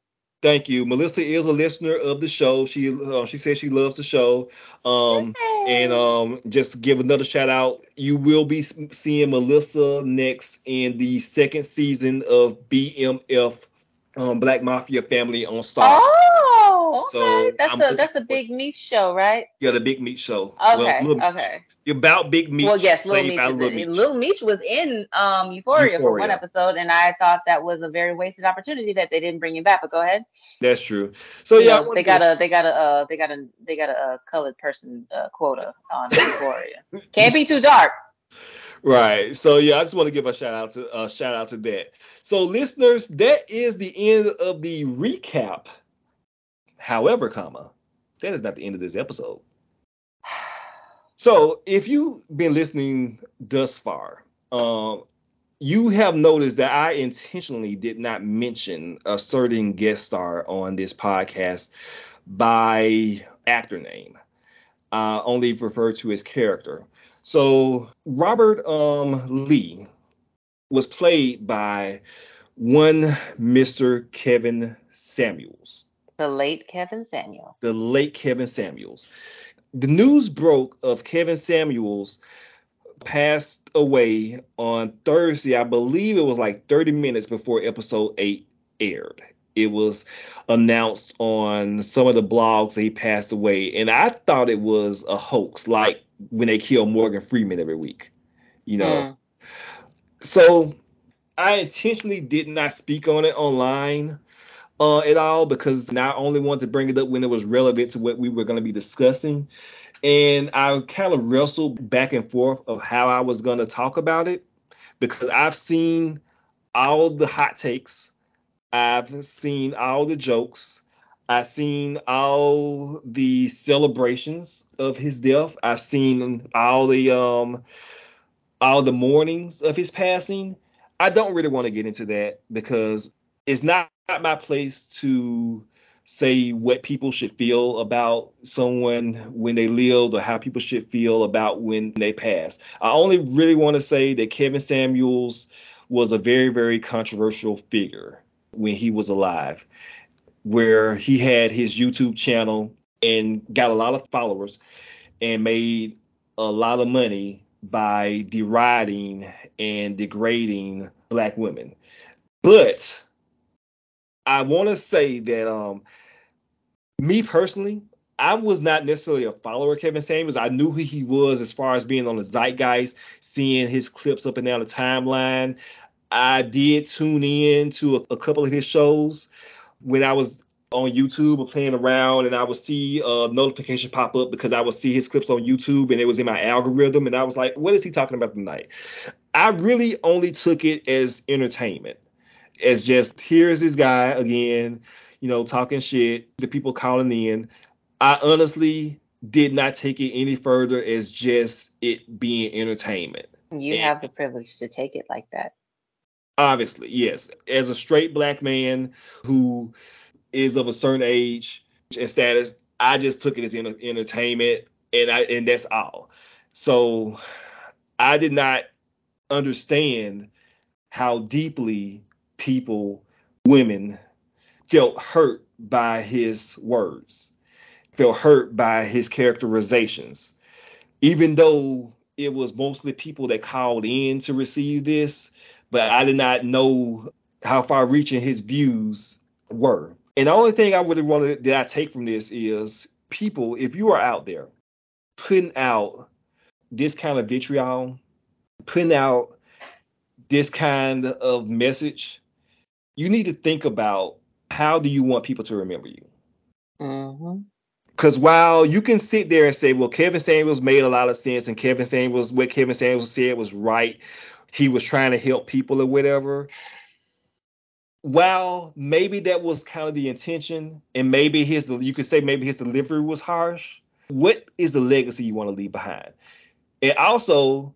Thank you. Melissa is a listener of the show. She uh, she says she loves the show. Um, and um, just give another shout out. You will be s- seeing Melissa next in the second season of BMF um, Black Mafia Family on Stars.
Oh,
So,
okay. that's
I'm
the
looking
that's the big meat show, right?
Yeah, the Big Meat show.
Okay,
Well, Lil-
okay.
About Big Meat.
well, yes, Lil
played
Meech,
by
is
Lil
in-
Meech.
Lil Meech was in um, Euphoria, for one
Euphoria.
episode, and I thought that was a very wasted opportunity that they didn't bring him back. But go ahead.
That's true. So
You
yeah, I
know,
wanted
they
to-
got a they got a uh, they got a they got a uh, colored person uh, quota on Euphoria. Can't be too dark.
Right. So yeah, I just want to give a shout out to uh, shout out to that. So listeners, that is the end of the recap. However, comma, that is not the end of this episode. So if you've been listening thus far, um, you have noticed that I intentionally did not mention a certain guest star on this podcast by actor name. I only referred to his character. So Robert um, Lee was played by one Mr. Kevin Samuels
The late Kevin Samuel.
the late Kevin Samuels. The news broke of Kevin Samuels passed away on Thursday. I believe it was like 30 minutes before episode 8 aired. It was announced on some of the blogs that he passed away, and I thought it was a hoax, like when they kill Morgan Freeman every week, you
Mm.
know. So I intentionally did not speak on it online uh, at all because I only wanted to bring it up when it was relevant to what we were going to be discussing. And I kind of wrestled back and forth of how I was going to talk about it because I've seen all the hot takes, I've seen all the jokes, I've seen all the celebrations of his death, I've seen all the um all the mornings of his passing. I don't really want to get into that because it's not my place to say what people should feel about someone when they lived or how people should feel about when they passed. I only really want to say that Kevin Samuels was a very, very controversial figure when he was alive, where he had his YouTube channel and got a lot of followers and made a lot of money by deriding and degrading black women. But I want to say that um, me personally, I was not necessarily a follower of Kevin Samuels. I knew who he was as far as being on the zeitgeist, seeing his clips up and down the timeline. I did tune in to a, a couple of his shows when I was on YouTube or playing around, and I would see a notification pop up because I would see his clips on YouTube and it was in my algorithm, and I was like, "What is he talking about tonight?" I really only took it as entertainment as just here's this guy again, you know, talking shit, the people calling in. I honestly did not take it any further as just it being entertainment.
Mm. You have the privilege to take it like that.
Obviously, yes. As a straight black man who is of a certain age and status, I just took it as enter- entertainment, and I and that's all. So I did not understand how deeply people, women, felt hurt by his words, felt hurt by his characterizations, even though it was mostly people that called in to receive this, but I did not know how far reaching his views were. And the only thing I really wanted that I take from this is people, if you are out there putting out this kind of vitriol, putting out this kind of message, you need to think about how do you want people to remember you?
Mm-hmm.
Because while you can sit there and say, well, Kevin Samuels made a lot of sense and Kevin Samuels, what Kevin Samuels said was right, he was trying to help people or whatever. While maybe that was kind of the intention, and maybe his, you could say maybe his delivery was harsh, what is the legacy you want to leave behind? And also,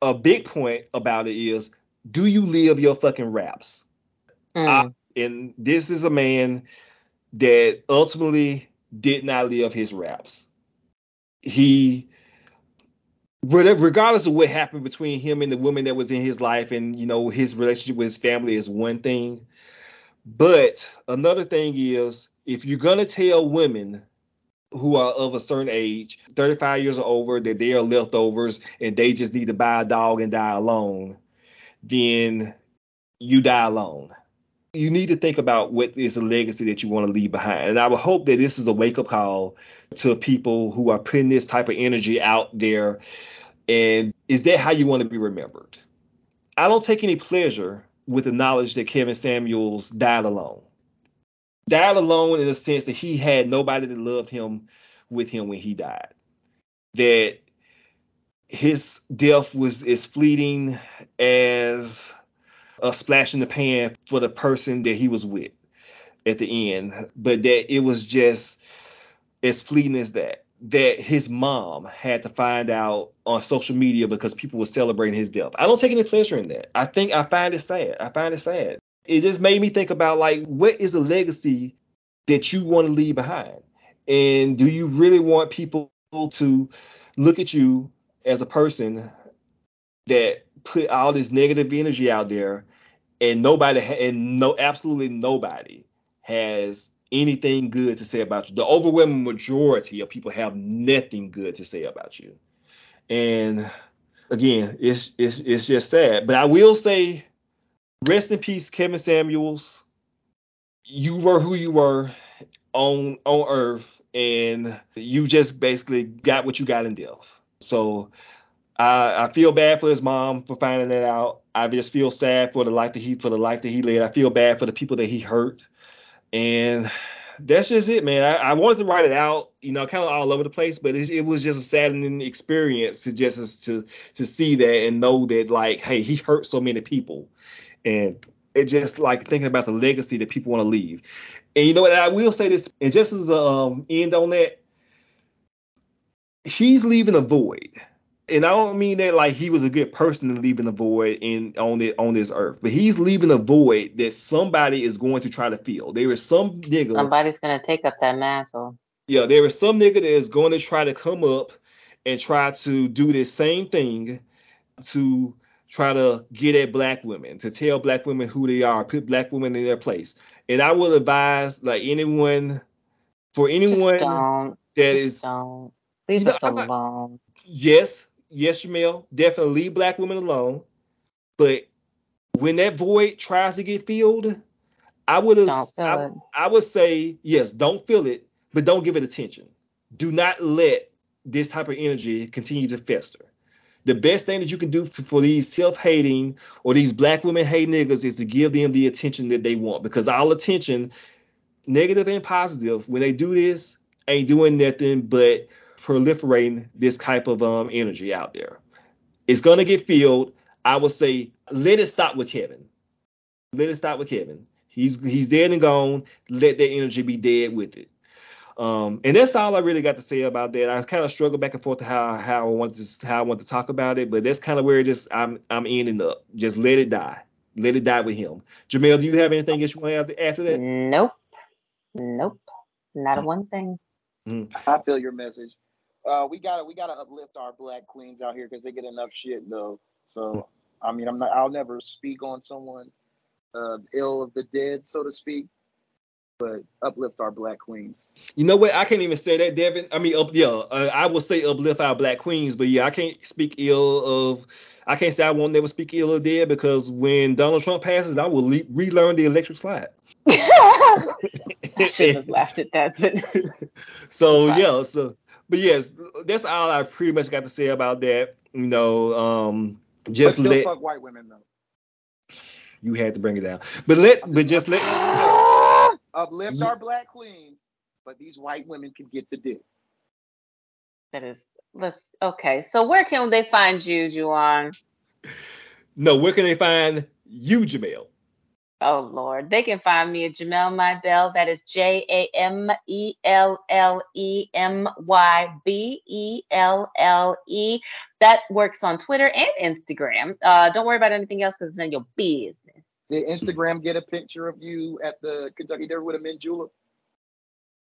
a big point about it is do you live your fucking raps?
Mm.
I- and this is a man that ultimately did not live his raps. He, reg- regardless of what happened between him and the woman that was in his life, and you know his relationship with his family is one thing, but another thing is if you're gonna tell women who are of a certain age, 35 years or over, that they are leftovers and they just need to buy a dog and die alone, then you die alone you need to think about what is the legacy that you want to leave behind. And I would hope that this is a wake up call to people who are putting this type of energy out there. And is that how you want to be remembered? I don't take any pleasure with the knowledge that Kevin Samuels died alone. Died alone in the sense that he had nobody that loved him with him when he died. That his death was as fleeting as a splash in the pan for the person that he was with at the end, but that it was just as fleeting as that. That his mom had to find out on social media because people were celebrating his death. I don't take any pleasure in that. I think I find it sad. I find it sad. It just made me think about like what is the legacy that you want to leave behind? And do you really want people to look at you as a person that put all this negative energy out there and nobody ha- and no absolutely nobody has anything good to say about you the overwhelming majority of people have nothing good to say about you and again it's it's it's just sad but i will say rest in peace kevin samuels you were who you were on on earth and you just basically got what you got in death so I, I feel bad for his mom for finding that out. I just feel sad for the life that he for the life that he led. I feel bad for the people that he hurt, and that's just it, man. I, I wanted to write it out, you know, kind of all over the place, but it, it was just a saddening experience to just to to see that and know that like, hey, he hurt so many people, and it just like thinking about the legacy that people want to leave. And you know what? I will say this, and just as a um, end on that, he's leaving a void and I don't mean that like he was a good person in leaving a void in on it on this earth, but he's leaving a void that somebody is going to try to fill. There is some nigga,
Somebody's gonna take up that mantle.
yeah, there is some nigga that is going to try to come up and try to do this same thing to try to get at black women, to tell black women who they are, put black women in their place. And I would advise like anyone for anyone
don't.
that is
don't leave us alone.
yes, yes, Jamel, definitely leave black women alone. But when that void tries to get filled, I would have,
Don't fill
I,
it.
I would say, yes, don't fill it, but don't give it attention. Do not let this type of energy continue to fester. The best thing that you can do for, for these self-hating or these black women hate niggas is to give them the attention that they want because all attention, negative and positive, when they do this, ain't doing nothing but proliferating this type of um energy out there. It's gonna get filled. I would say let it stop with Kevin. Let it stop with Kevin. He's he's dead and gone. Let that energy be dead with it. Um, and that's all I really got to say about that. I kind of struggled back and forth to how how I wanted to how I want to talk about it, but that's kind of where it just I'm I'm ending up. Just let it die. Let it die with him. Jamel, do you have anything that you want to add to- add to that?
Nope. Nope. Not a one thing.
I feel your message. Uh, we gotta we gotta uplift our black queens out here because they get enough shit though. So I mean I'm not I'll never speak on someone uh, ill of the dead so to speak, but uplift our black queens.
You know what? I can't even say that, Devin. I mean, up, yeah, uh, I will say uplift our black queens, but yeah, I can't speak ill of. I can't say I won't never speak ill of dead because when Donald Trump passes, I will le- relearn the electric slide.
I should have laughed at that, but
So yeah, so but yes, that's all I pretty much got to say about that. You know, um, just
but still
let
fuck white women though.
you had to bring it down, but let but just let
Uplift
Ye-
our black queens, but these white women can get the dick.
that is let's okay. So where can they find you, Juwan?
no. Where can they find you, Jamel?
Oh Lord. They can find me at Jamel My Bell. That is J A M E L L E M Y B E L L E. That works on Twitter and Instagram. Uh, don't worry about anything else because then your business.
Did Instagram get a picture of you at the Kentucky Derby with a mint julep?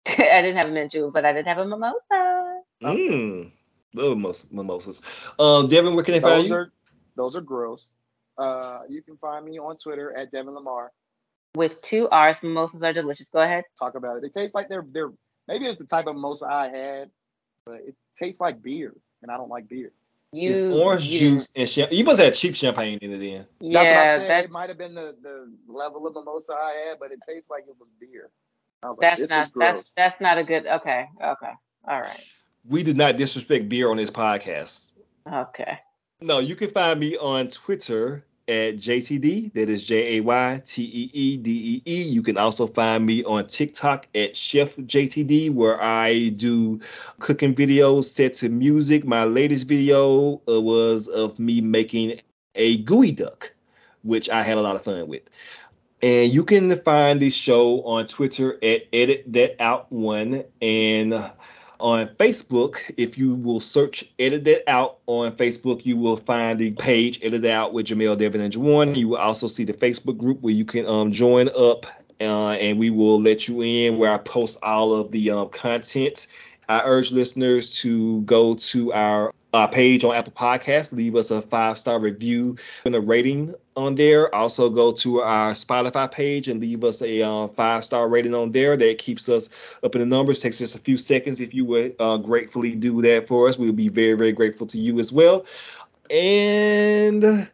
I didn't have a mint julep, but I did have a mimosa.
Uh.
Mm. Little mimos- mimosas. Um, Devin, where can they find
Those
you?
are those are gross. Uh, you can find me on Twitter at Devin Lamar.
With two R's, mimosas are delicious. Go ahead.
Talk about it. They taste like they're they're maybe it's the type of mimosa I had, but it tastes like beer, and I don't like beer.
it's orange juice and champagne. You must have cheap champagne in it then.
That's what
Yeah,
I'm saying.
that-
it might have been the, the level of mimosa I had, but it tastes like it was beer. I was like,
That's
this
not
is gross.
that's that's not a good. Okay, okay, all right,
We do not disrespect beer on this podcast.
okay.
No, you can find me on Twitter at JTD. That is J A Y T E E D E E. You can also find me on TikTok at Chef JTD, where I do cooking videos set to music. My latest video uh, was of me making a gooey duck, which I had a lot of fun with. And you can find the show on Twitter at Edit That Out One and on Facebook. If you will search Edit That Out on Facebook, you will find the page Edit That Out with Jamel, Devin, and Juwan. You will also see the Facebook group where you can um, join up uh, and we will let you in where I post all of the um, content. I urge listeners to go to our uh, page on Apple Podcasts, leave us a five star review and a rating on there. Also, go to our Spotify page and leave us a uh, five star rating on there. That keeps us up in the numbers. Takes just a few seconds. If you would uh, gratefully do that for us, we would be very, very grateful to you as well. And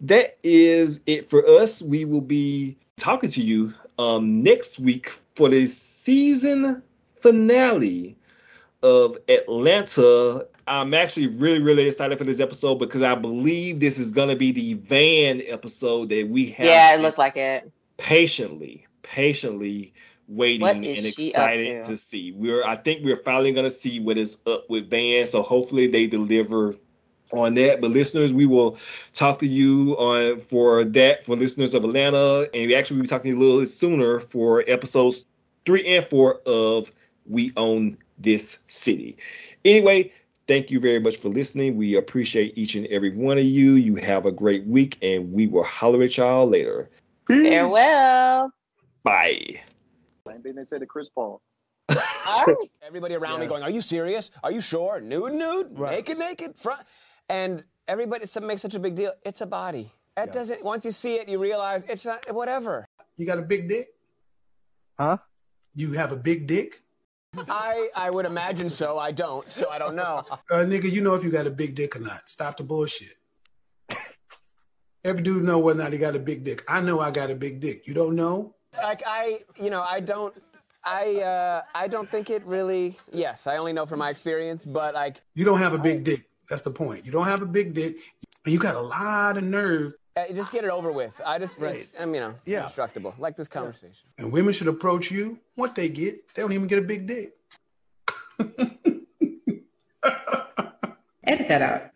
that is it for us. We will be talking to you um, next week for the season finale of Atlanta. I'm actually really, really excited for this episode because I believe this is going to be the van episode that we have
yeah, it looked like it.
patiently, patiently
What
waiting
is
and
she up
excited
to?
to see. We're I think we're finally gonna see what is up with Van. So hopefully they deliver on that. But listeners, we will talk to you on for that for listeners of Atlanta, and we actually will be talking a little sooner for episodes three and four of We Own This City. Anyway. Thank you very much for listening. We appreciate each and every one of you. You have a great week, and we will holler at y'all later.
Farewell.
Bye.
Same thing they said to Chris Paul.
Everybody around me going, "Are you serious? Are you sure? Nude, nude, naked, naked, front." And everybody some makes such a big deal. It's a body. That doesn't. Once you see it, you realize it's not whatever.
You got a big dick?
Huh?
You have a big dick?
I I would imagine so. I don't, so I don't know.
Uh, nigga, you know if you got a big dick or not. Stop the bullshit. Every dude know whether or not he got a big dick. I know I got a big dick. You don't know?
Like I, you know, I don't. I uh, I don't think it really. Yes, I only know from my experience, but like
You don't have a big dick. That's the point. You don't have a big dick. And you got a lot of nerve.
uh, just get it over with. I just, it's, I'm you know,
Yeah.
indestructible. Like this conversation.
And women should approach you. What they get, they don't even get a big dick.
Edit that out.